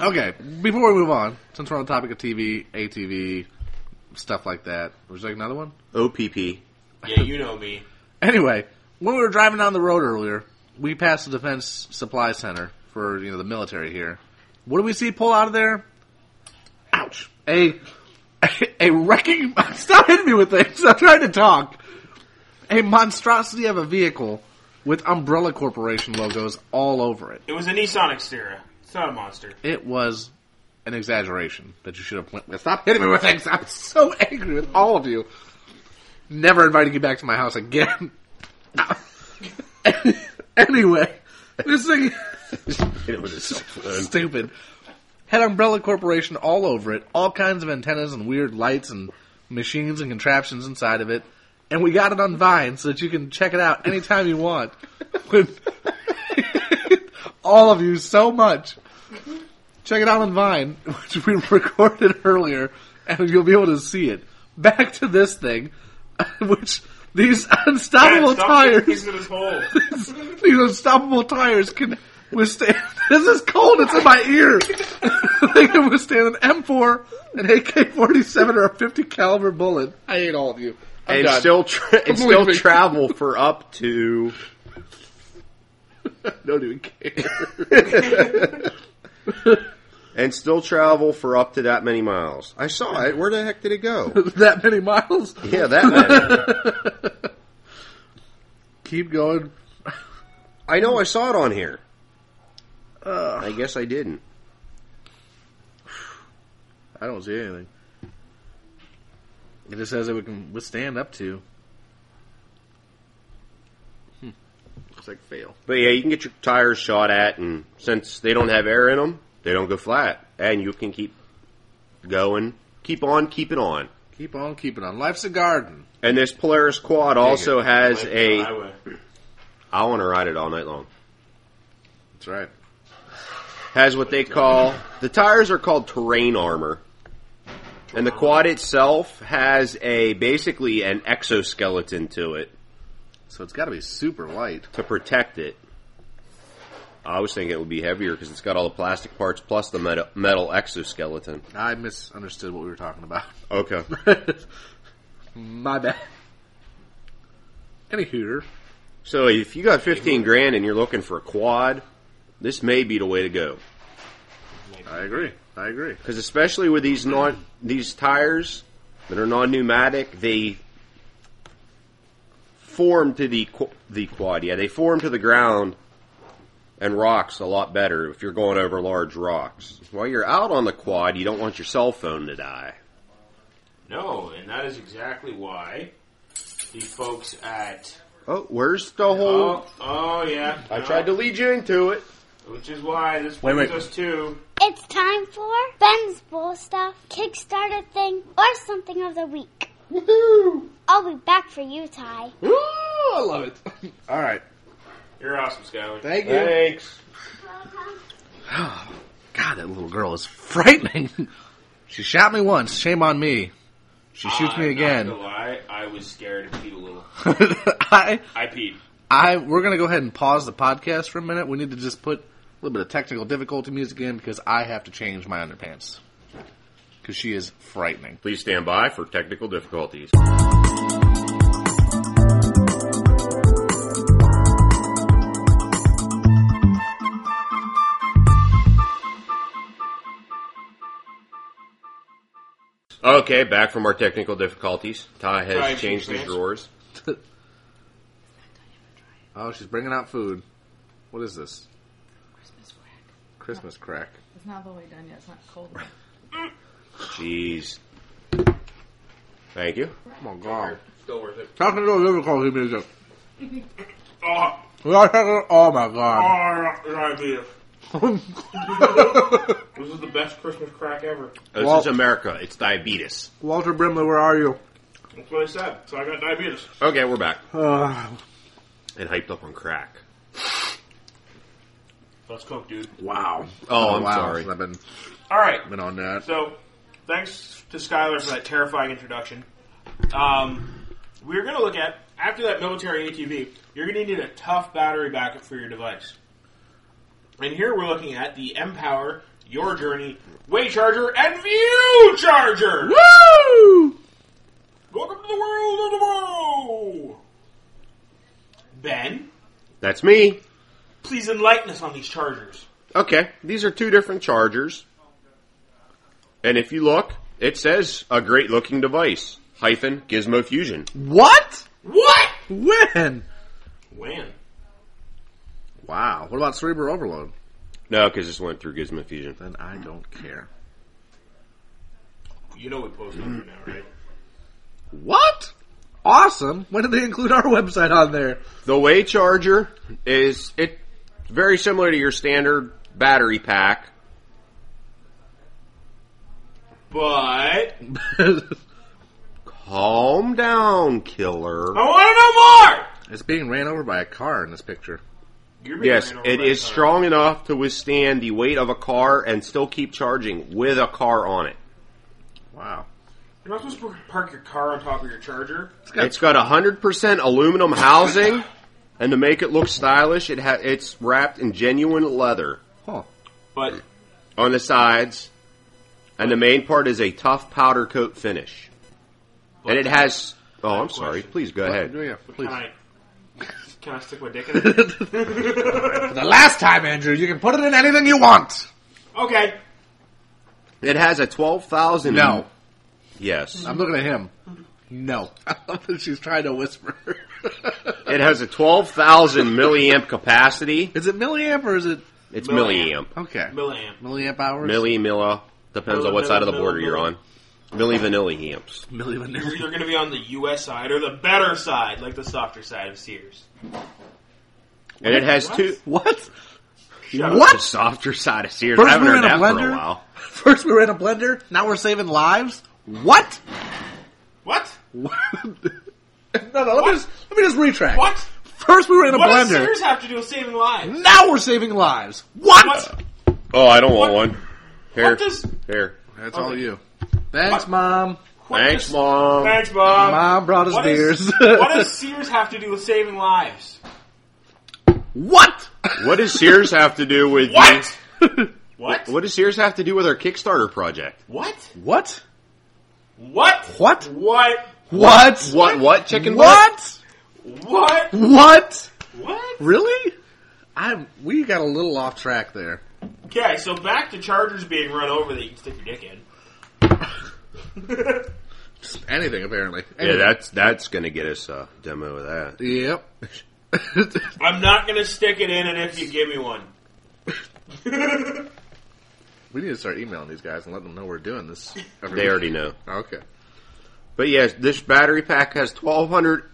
Okay, before we move on, since we're on the topic of TV, ATV, stuff like that, was there another one?
OPP.
Yeah, you know me.
Anyway, when we were driving down the road earlier, we passed the Defense Supply Center for you know the military here. What do we see pull out of there? Ouch! A [LAUGHS] a wrecking. [LAUGHS] Stop hitting me with things. I'm trying to talk. A monstrosity of a vehicle with Umbrella Corporation logos all over it.
It was a Nissan Xterra. It's not a monster.
It was an exaggeration that you should have. Pl- Stop hitting me with things. I'm so angry with all of you. Never inviting you back to my house again. [LAUGHS] anyway, this thing
It was a cell phone.
stupid had Umbrella Corporation all over it, all kinds of antennas and weird lights and machines and contraptions inside of it. and we got it on Vine so that you can check it out anytime you want. With all of you so much. Check it out on Vine, which we recorded earlier, and you'll be able to see it. Back to this thing, which these unstoppable tires,
Into this
[LAUGHS]
hole.
[LAUGHS] these unstoppable tires can withstand. [LAUGHS] This is cold. It's in my ear. [LAUGHS] they can withstand an M4, an AK-47, or a 50 caliber bullet. I hate all of you. I'm
and
done. [LAUGHS]
still tra- and still
Believe me.
travel for up to
don't even care. [LAUGHS]
and still travel for up to that many miles. I saw it. Where the heck did it go?
that many miles. [LAUGHS]
yeah, that. Many.
Keep going.
I know. I saw it on here. I guess I didn't.
I don't see anything. It just says that we can withstand up to. Hmm. Looks like fail.
But yeah, you can get your tires shot at, and since they don't have air in them, they don't go flat, and you can keep going, keep on, keep it on.
Keep on keeping on. Life's a garden.
And this Polaris Quad also has a. I
Highway.
want to ride it all night long.
That's right.
Has what they call the tires are called terrain armor, and the quad itself has a basically an exoskeleton to it
So it's got to be super light.
to protect it. I was thinking it would be heavier because it's got all the plastic parts plus the metal, metal exoskeleton.
I misunderstood what we were talking about.
Okay.
[LAUGHS] My bad. Any hooter.
So if you got 15 grand and you're looking for a quad, this may be the way to go.
I agree. I agree.
Because especially with these non these tires that are non pneumatic, they form to the qu- the quad. Yeah, they form to the ground and rocks a lot better if you're going over large rocks. While you're out on the quad, you don't want your cell phone to die.
No, and that is exactly why the folks at
Oh, where's the whole?
oh oh yeah
I tried to lead you into it.
which is why this
Wait,
brings
wait.
us to
It's time for Ben's Bull Stuff, Kickstarter thing, or something of the week.
Woohoo!
I'll be back for you, Ty.
Woo! I love it. [LAUGHS] All right.
you're awesome, Skyler.
Thank you.
Thanks.
God, that little girl is frightening. she shot me once. Shame on me. She shoots me
I'm
again.
Ah, Not gonna lie, I was scared and peed a little.
[LAUGHS] I,
I peed.
I, we're gonna go ahead and pause the podcast for a minute. We need to just put a little bit of technical difficulty music in because I have to change my underpants because she is frightening.
Please stand by for technical difficulties. Okay, back from our technical difficulties. Ty has
Sorry,
changed his
Chance.
drawers.
Oh, she's bringing out food. What is this?
Christmas crack.
Christmas crack.
It's not all the way done yet. It's not cold. yet.
Jeez. Thank you. Oh,
Come on, Oh God.
Still worth it.
Technical difficulty music.
Oh,
We are technical- Oh my
ah,
God.
idea. This is the best Christmas crack ever.
This
Well-
is America. It's diabetes.
[LAUGHS] Walter Brimley, where are you?
That's what I said. So I got diabetes.
Okay, we're back.
Uh,
And hyped up on crack.
Let's cook, dude.
wow.
Oh, I'm
wow.
sorry.
I've been,
All right.
been on that.
So, thanks to Skylar for that terrifying introduction. Um, we're going to look at, after that military ATV, you're going to need a tough battery backup for your device. And here we're looking at the M-Power, Your Journey, Way Charger, and View Charger!
Woo!
Welcome to the world of tomorrow! Ben,
That's me.
please enlighten us on these chargers.
Okay, these are two different chargers. And if you look, it says a great looking device. Hyphen Gizmo Fusion.
What?
What?
When?
When?
Wow. What about cerebral overload?
No, because this went through Gizmo Fusion.
Then I don't care.
You know we posted them now, right?
What? Awesome. When did they include our website on there? [LAUGHS]
The Way Charger is it very similar to your standard battery pack.
But...
Calm down, killer.
I want to know more.
It's being ran over by a car in this picture.
You're being
Yes,
ran over
it
by
is
a car.
strong enough to withstand the weight of a car and still keep charging with a car on it.
Wow.
You're not supposed to park your car on top of your charger.
It's got 100% aluminum housing, and to make it look stylish, it ha- it's wrapped in genuine leather
Huh.
But
on the sides, and the main part is a tough powder coat finish. And it has. Oh, I'm sorry. Please go ahead.
Yeah, please.
can I can I stick my dick in it?
For the last time, Andrew, you can put it in anything you want.
okay.
It has a 12,000.
No.
Yes.
I'm looking at him. No. [LAUGHS] She's trying
[LAUGHS]
to whisper.
It has a 12,000 milliamp capacity.
is it milliamp or is it
It's
Milliamp.
milliamp.
okay?
Milliamp.
Milliamp hours.
Milli, Milla. Depends on what side of the border you're on. Milli Vanilli amps.
Milli
You're either
vanilli.
going to be on the U.S. side or the better side, like the softer side of Sears.
And it has
What?
two.
What?
Shut up.
The
What?
softer side of Sears.
First
I haven't
we were
heard
in a
that for
blender.
a while.
First we were in a blender. Now we're saving lives. What?
What?
no, no. Let me just let me just retract.
What?
First we were in a
What does
blender.
Sears have to do with saving lives?
Now we're saving lives. What?
What?
Oh, I don't want one. Here.
What does-
Here.
That's
Okay.
all you. Thanks,
What?
mom.
What
Thanks,
does-
Mom.
Thanks, Mom.
Mom brought us
What does-
beers.
what does Sears have to do with saving lives?
What?
What does Sears have to do with
What?
The,
What?
what does Sears have to do with our Kickstarter project?
What?
What?
What?
What?
What?
What?
What? What? Chicken?
What?
What?
What?
What?
Really? I we got a little off track there.
Okay, so back to Chargers being run over that you can stick your dick in.
Anything apparently.
Yeah, that's that's gonna get us a demo of that.
Yep. [LAUGHS]
I'm not gonna stick it in, and if you give me one,
we need to start emailing these guys and let them know we're doing this. every
They
week.
already know.
Okay.
But yes, this battery pack has twelve hundred.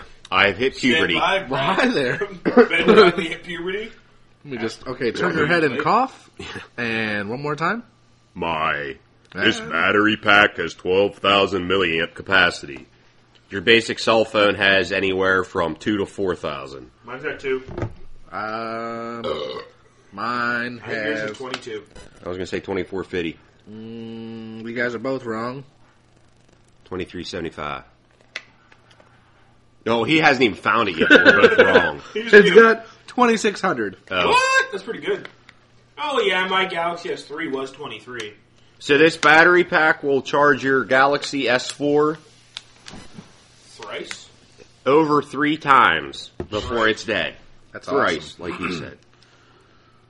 [CLEARS THROAT] I've hit
stand
puberty.
by,
Well, hi there.
Brad. [LAUGHS] Ben Bradley hit puberty.
Let me just okay. Turn your head and cough, and one more time.
My,
this
battery pack has 12,000 milliamp capacity. Your basic cell phone has anywhere from 2 to 4,000.
Mine's got two.
Um, mine
I think yours is
has.
twenty-two.
I was going to say 2450,
Mm, you guys are both wrong.
2375. No, he hasn't even found it yet. but We're [LAUGHS] both wrong.
He just
It's
knew.
got twenty six hundred.
Oh.
[LAUGHS] What? That's pretty good. Oh yeah, my Galaxy S3 was twenty-three.
So this battery pack will charge your Galaxy S4
Thrice.
over three times before it's dead.
That's
Thrice, like you said.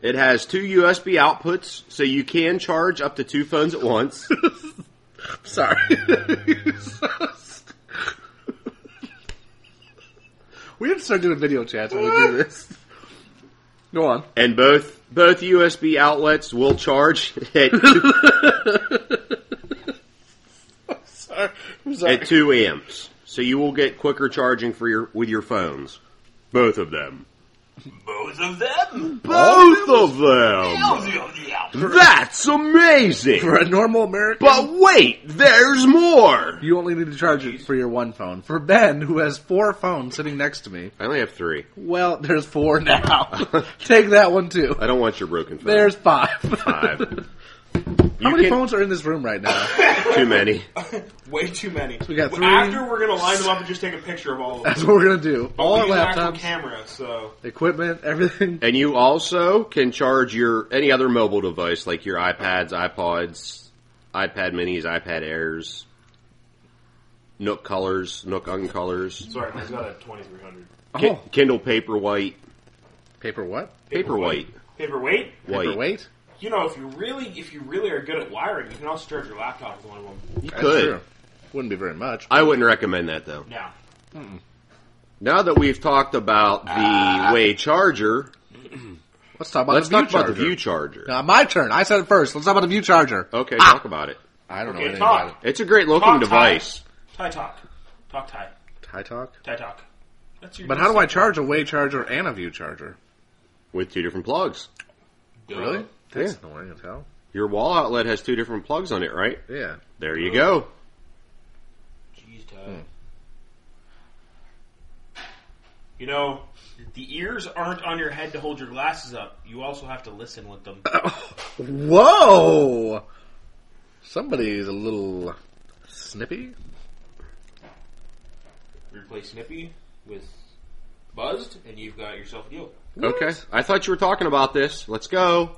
It has two USB outputs, so you can charge up to two phones at [LAUGHS] once.
Sorry. we have to start doing video chats when we do this. Go on.
and both both USB outlets will charge at,
Sorry. I'm sorry.
at two amps, so you will get quicker charging for your with your phones, both of them.
Both of them.
Both of them. That's amazing.
For a normal American,
But wait, there's more.
you only need to charge it for your one phone. For Ben, who has four phones sitting next to me,
I only have three.
well, there's four now. [LAUGHS] Take that one too.
I don't want your broken phone.
There's five. [LAUGHS]
five.
How many phones are in this room right now? [LAUGHS]
Too many.
Way too many.
we got three.
After we're gonna line them up and just take a picture of all of them.
That's what we're gonna do. All
We
our
use an actual
laptops,
camera. So
equipment, everything.
And you also can charge your any other mobile device like your iPads, iPods, iPad minis, iPad Airs, Nook colors, Nook uncolors,
sorry, mine's got a twenty-three hundred.
Ki-
Oh,
Kindle Paperwhite,
paper what?
Paperwhite,
Paperweight.
white.
Paperweight?
You know, if you really, if you really are good at wiring, you can also charge your laptop with one of them.
You
That's
could.
true. Wouldn't be very much.
I wouldn't recommend that though.
Now,
Now that we've talked about the Way Charger,
Let's talk about
let's
Ah. the view
talk about
charger.
the View Charger.
Now, my turn. I said it first. Let's talk about the view charger.
Okay, talk about it.
I don't know
okay,
anything
talk.
about
It's a great looking
Ah. Talk,
device.
Tie talk, talk tie,
it. Tie talk.
tie talk. That's your
But how do I charge a way charger and a view charger?
With two different plugs.
Duh.
That's annoying as hell.
Your wall outlet has two different plugs on it, right?
Yeah.
There you go.
Hmm.
You know, the ears aren't on your head to hold your glasses up. You also have to listen with them.
[LAUGHS] Whoa! Somebody's a little snippy.
Replace Snippy with Buzzed, and you've got yourself a deal.
Okay. I thought you were talking about this. Let's go.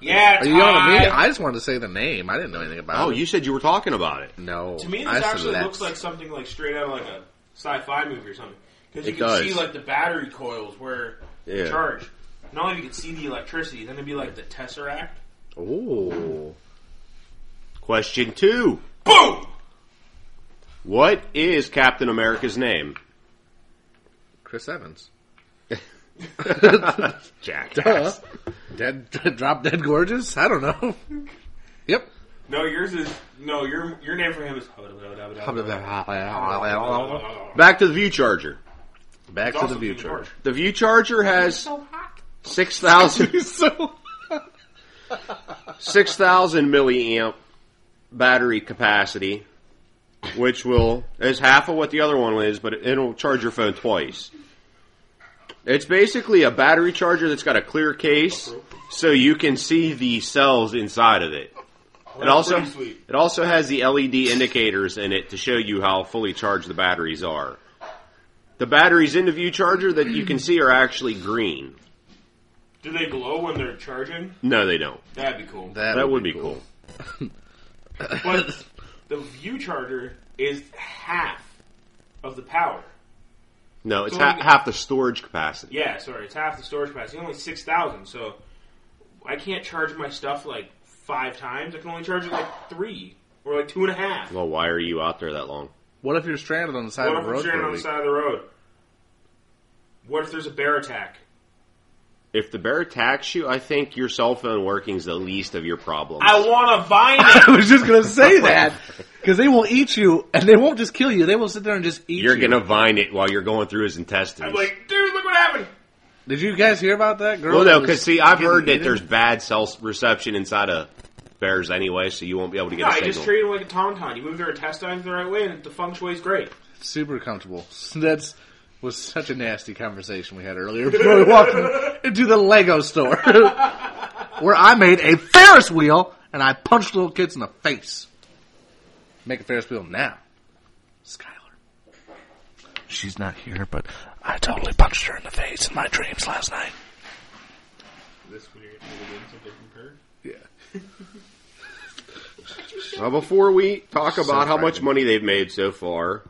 Yeah,
Are you yelling at me?
Ty!
I just wanted to say the name. I didn't know anything about
Oh,
it.
you said you were talking about it.
No.
To me, this
I
actually
select-
looks like something like straight out of like a sci-fi movie or something. Because you
It
can
does.
see like the battery coils where
Yeah.
they charge. Not only you can see the electricity, then it'd be like the tesseract.
Oh. Question two.
Boom!
What is Captain America's name?
Chris
[LAUGHS]
Evans.
Jack.
Duh. Dead, [LAUGHS] drop dead gorgeous? I don't know. yep.
No, yours is no. Your your name for him is.
Back to the View Charger.
Back to the future.
The View Charger has six thousand
[LAUGHS]
so
six thousand milliamp battery capacity, which will is half of what the other one is, but it'll charge your phone twice. It's basically a battery charger that's got a clear case, so you can see the cells inside of it. It also
pretty sweet.
it also has the LED indicators in it to show you how fully charged the batteries are. The batteries in the view charger that you can see are actually green.
Do they glow when they're charging?
No, they don't.
That'd be cool.
that,
That, would be cool.
But the view charger is half of the power.
No, it's
So
ha-
like-
half the storage capacity.
Yeah, sorry, it's half the storage capacity. Only six thousand, so I can't charge my stuff like five times. I can only charge it like three or like two and a half.
Well, why are you out there that long?
What if you're stranded on the side
What
of
if
the
I'm
road
standing
for a
on the
week?
[LAUGHS]
side of the road? What if there's a bear attack?
If the bear attacks you, I think your cell phone working's the least of your problems.
I want to vine
I
it.
was just going to [LAUGHS] say that. Because they will eat you, and they won't just kill you. They will sit there and just eat
you're
you.
gonna vine it while you're going through his intestines.
I'm like, dude, look what happened.
Did you guys hear about that girl?
well, no,
that
because
was
see, I've heard that
getting
there's
eaten?
bad cell s- reception inside of bears anyway, so you won't be able to get
Yeah,
a
I
signal.
just treated it like a tauntaun. You move their intestines the right way, and the feng shui's great.
super comfortable. [LAUGHS] That's was such a nasty conversation we had
[LAUGHS]
earlier before we walked into the Lego store, [LAUGHS] where I made a Ferris wheel and I punched little kids in the face. Make a Ferris wheel now, Skylar.
She's not here, but I totally punched her in the face in my dreams last night.
This weird something from her.
Now, before we talk about how much
frightening.
money they've made so far,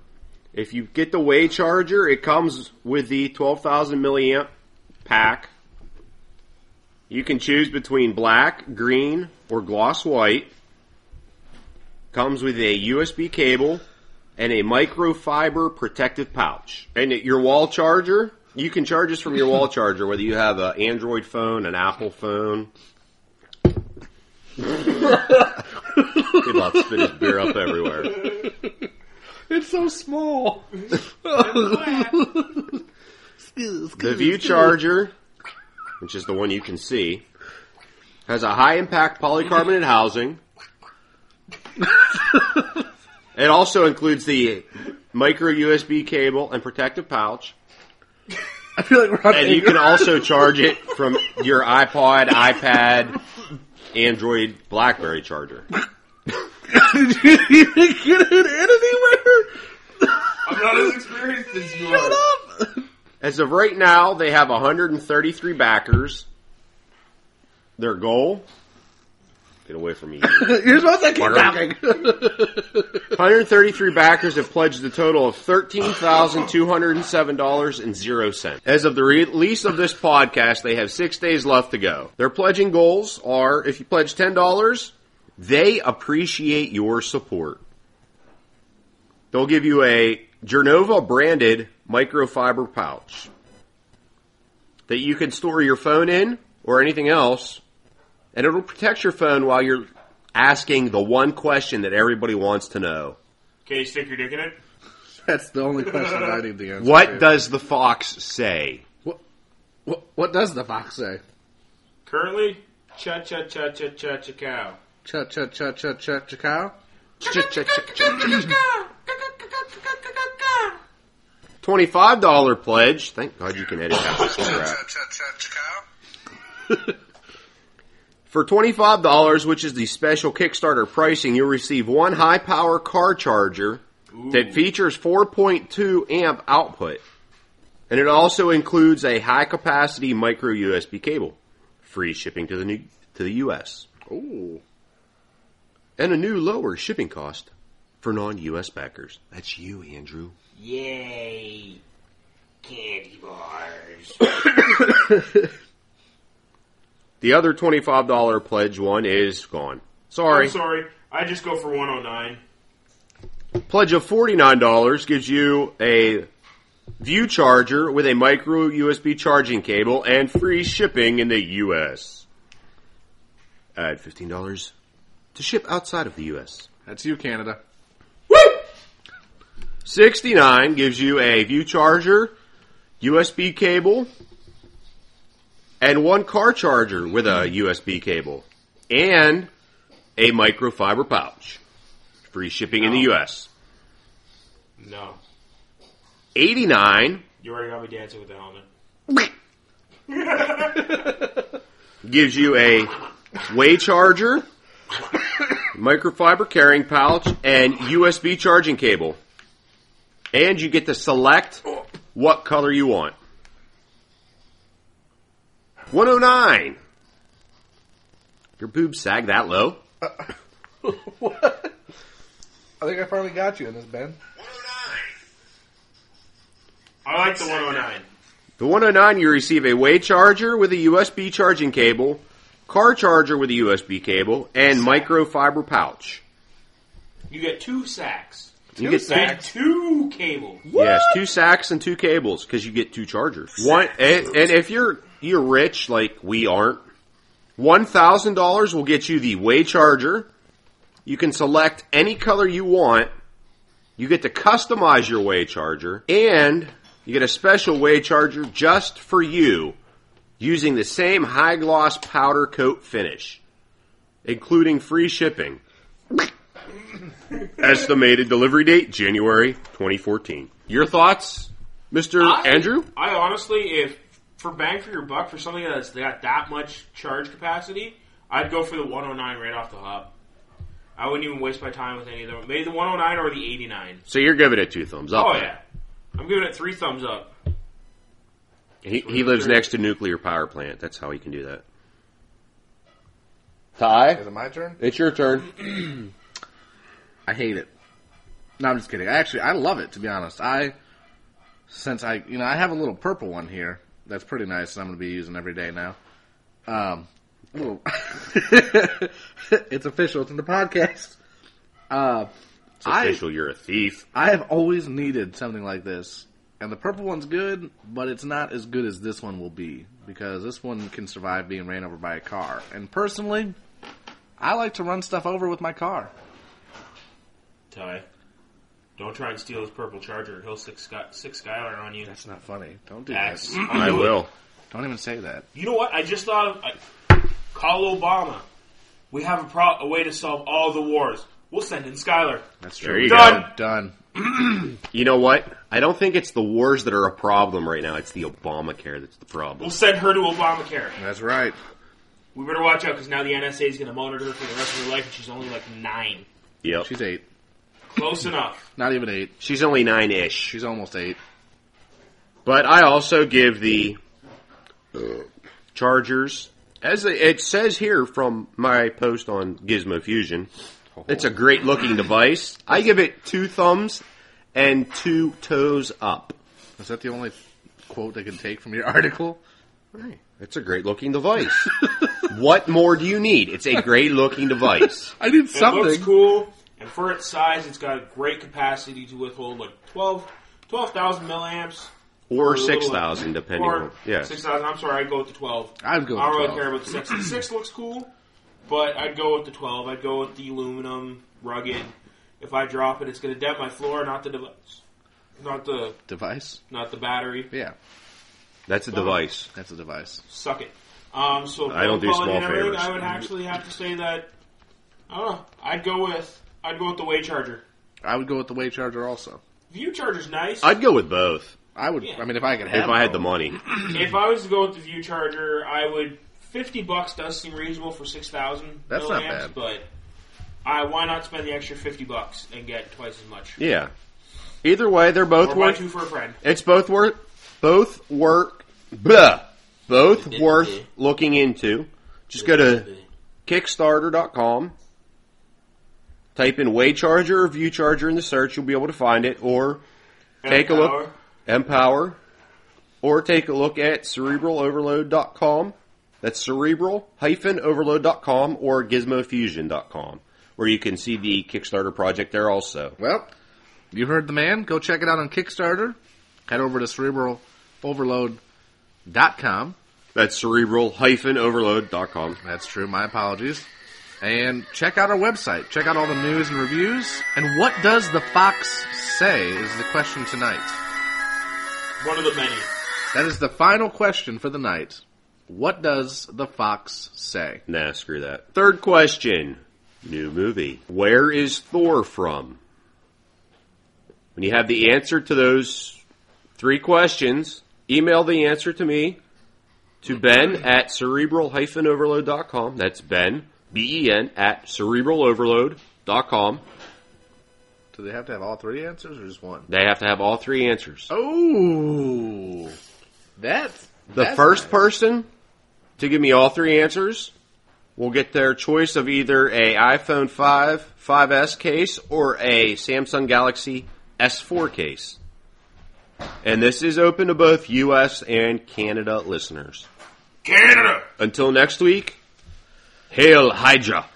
if you get the Way Charger, it comes with the 12,000 milliamp pack. You can choose between black, green, or gloss white. Comes with a USB cable and a microfiber protective pouch. And it- your wall charger, you can charge this from your wall charger, whether you have an Android phone, an Apple phone. He about to spit his beer up everywhere.
[LAUGHS] It's so small.
The View Charger, which is the one you can see, has a high impact polycarbonate housing. it also includes the micro USB cable and protective pouch.
I feel like we're on.
And you can also charge it from your iPod, iPad, Android, Blackberry charger.
Did [LAUGHS] you even get it in anywhere?
I'm not as experienced as you are.
Shut up.
As of right now, they have 133 backers. Their goal? Get away from me.
You're supposed to keep talking.
Fucker. 133 backers have pledged a total of $13,207.00. As of the release of this podcast, they have six days left to go. Their pledging goals are if you pledge $10, they appreciate your support. They'll give you a Jernova branded microfiber pouch that you can store your phone in or anything else, and it'll protect your phone while you're asking the one question that everybody wants to know.
Okay, you stick your dick in it.
That's the only question I need the answer.
What
to.
does the fox say?
what, what does the fox say?
Currently, cha cha cha cha cha cha cow.
Chut chut chut chut chut chut cow.
twenty-five dollar pledge. Thank God you can edit out this crap. For $25, which is the special Kickstarter pricing, you'll receive one high power car charger that features 4.2 amp output. And it also includes a high capacity micro USB cable. Free shipping to the new, to the US.
Ooh.
And a new lower shipping cost for non US backers. That's you, Andrew.
Yay! Candy bars.
The other $25 pledge one is gone. Sorry.
I'm sorry. I just go for 109.
pledge of $49 gives you a view charger with a micro USB charging cable and free shipping in the US. Add $15 to ship outside of the US.
That's you, Canada.
69 gives you a view charger, USB cable, and one car charger with a USB cable and a microfiber pouch. Free shipping in the US.
No.
89
You already got me dancing with the helmet.
gives you a way charger, microfiber carrying pouch, and USB charging cable. And you get to select what color you want. 109. Your boobs sag that low?
what? I think I finally got you in this, Ben.
I like the 109.
The 109, you receive a way charger with a USB charging cable, car charger with a USB cable, and microfiber pouch.
You get two sacks.
You get
And two cables.
Yes, two sacks and two cables because you get two chargers. One and, and if you're you're rich like we aren't, one thousand dollars will get you the way charger. You can select any color you want. You get to customize your way charger, and you get a special way charger just for you, using the same high gloss powder coat finish, including free shipping. Estimated delivery date January 2014. Your thoughts, Mr. Andrew?
I honestly, if for bang for your buck for something that's got that much charge capacity, I'd go for the 109 right off the hop. I wouldn't even waste my time with any of them. Maybe the 109 or the 89.
So you're giving it two thumbs up.
Oh
then.
yeah, I'm giving it three thumbs up.
He, he lives next to a nuclear power plant. That's how he can do that.
Is
Ty,
it my turn?
it's your turn.
[CLEARS THROAT] I hate it. No, I'm just kidding. I actually I love it to be honest. I since I you know I have a little purple one here that's pretty nice. and I'm going to be using every day now. Um, little- [LAUGHS] it's official. It's in the podcast. Uh,
It's
I-
official. you're a thief.
I have always needed something like this, and the purple one's good, but it's not as good as this one will be because this one can survive being ran over by a car. And personally, I like to run stuff over with my car.
Ty, don't try and steal his purple charger. He'll six sky, six Skylar on you.
That's not funny. Don't do
That's-
that.
I will.
Don't even say that.
[CLEARS THROAT] You know what? I just thought of. I, call Obama. We have a, pro- a way to solve all the wars. We'll send in Skylar.
That's
There
true.
you
Done.
go.
Done.
You know what? I don't think it's the wars that are a problem right now. It's the Obamacare that's the problem.
We'll send her to Obamacare.
That's right.
We better watch out because now the NSA is going to monitor her for the rest of her life, and she's only like nine.
Yep.
She's eight. Hmm.
Close enough.
Not even eight.
She's only nine ish.
She's almost eight.
But I also give the uh, Chargers, as it says here from my post on Gizmo Fusion, it's a great looking device. I give it two thumbs and two toes up.
Is that the only quote I can take from your [LAUGHS] article?
It's a great looking device. [LAUGHS] what more do you need? It's a great looking device.
I need
It
something.
looks cool, and for its size, it's got a great capacity to withhold like 12 12,000 milliamps.
Or
a little-
6,000, depending
or
on. Yeah.
6,000. I'm sorry, I'd go with the 12.
I'd go
I don't
with
really
12.
care about the 6. The
[CLEARS THROAT]
6 looks cool, but I'd go with the 12. I'd go with the aluminum, rugged. If I drop it, it's going to dent my floor, not the device. Not the
Device?
not the battery.
Yeah,
That's a device.
that's a device.
suck it. Um, so
I don't do
Paul and
small
everything,
favors.
I would actually have to say that I don't know. I'd go with I'd go with the way charger.
I would go with the way charger also.
View charger's nice.
I'd go with both.
I would. I mean, if I could have,
If I had the
one.
money,
If I was to go with the View Charger, I would. Fifty bucks does seem reasonable for six thousand.
That's not bad.
but I why not spend the extra fifty bucks and get twice as much?
yeah. Either way, they're both
Or buy
worth.
two for a friend.
It's both worth. Both work. Blah. Both worth looking into. Just go to Kickstarter.com. Type in Waycharger or View Charger in the search. You'll be able to find it. Or Take a look.
Power.
Empower, or take a look at cerebraloverload.com. That's cerebral-overload.com or gizmofusion.com, where you can see the Kickstarter project there also.
Well, you heard the man. Go check it out on Kickstarter. Head over to cerebraloverload.com.
That's cerebral-overload.com.
That's true. My apologies. And check out our website. Check out all the news and reviews. And what does the fox say is the question tonight.
One of the many.
That is the final question for the night. What does the fox say?
Nah, screw that. Third question. New movie. Where is Thor from? When you have the answer to those three questions, email the answer to me to Ben at cerebral-overload.com. That's Ben, B-E-N, at cerebraloverload.com.
Do they have to have all three answers or just one?
They have to have all three answers.
Oh, that's
The
that's
first
nice.
person to give me all three answers will get their choice of either a iPhone 5 5S case or a Samsung Galaxy S4 case. And this is open to both US and Canada listeners.
Canada.
Until next week, Hail Hydra.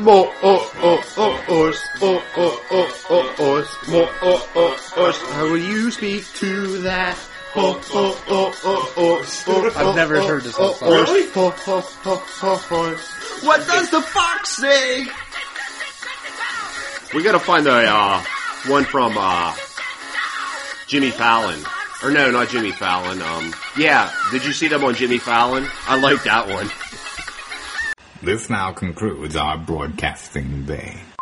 Mo oh oh oh ors oh oh oh oh ors mo oh oh ors. How will you speak to that? Oh oh oh oh ors.
I've never heard this whole song.
Really? What does the fox say? We gotta find the uh, one from uh, Jimmy Fallon. Or no, not Jimmy Fallon. Um, yeah, did you see them on Jimmy Fallon? I like that one.
This now concludes our broadcasting day.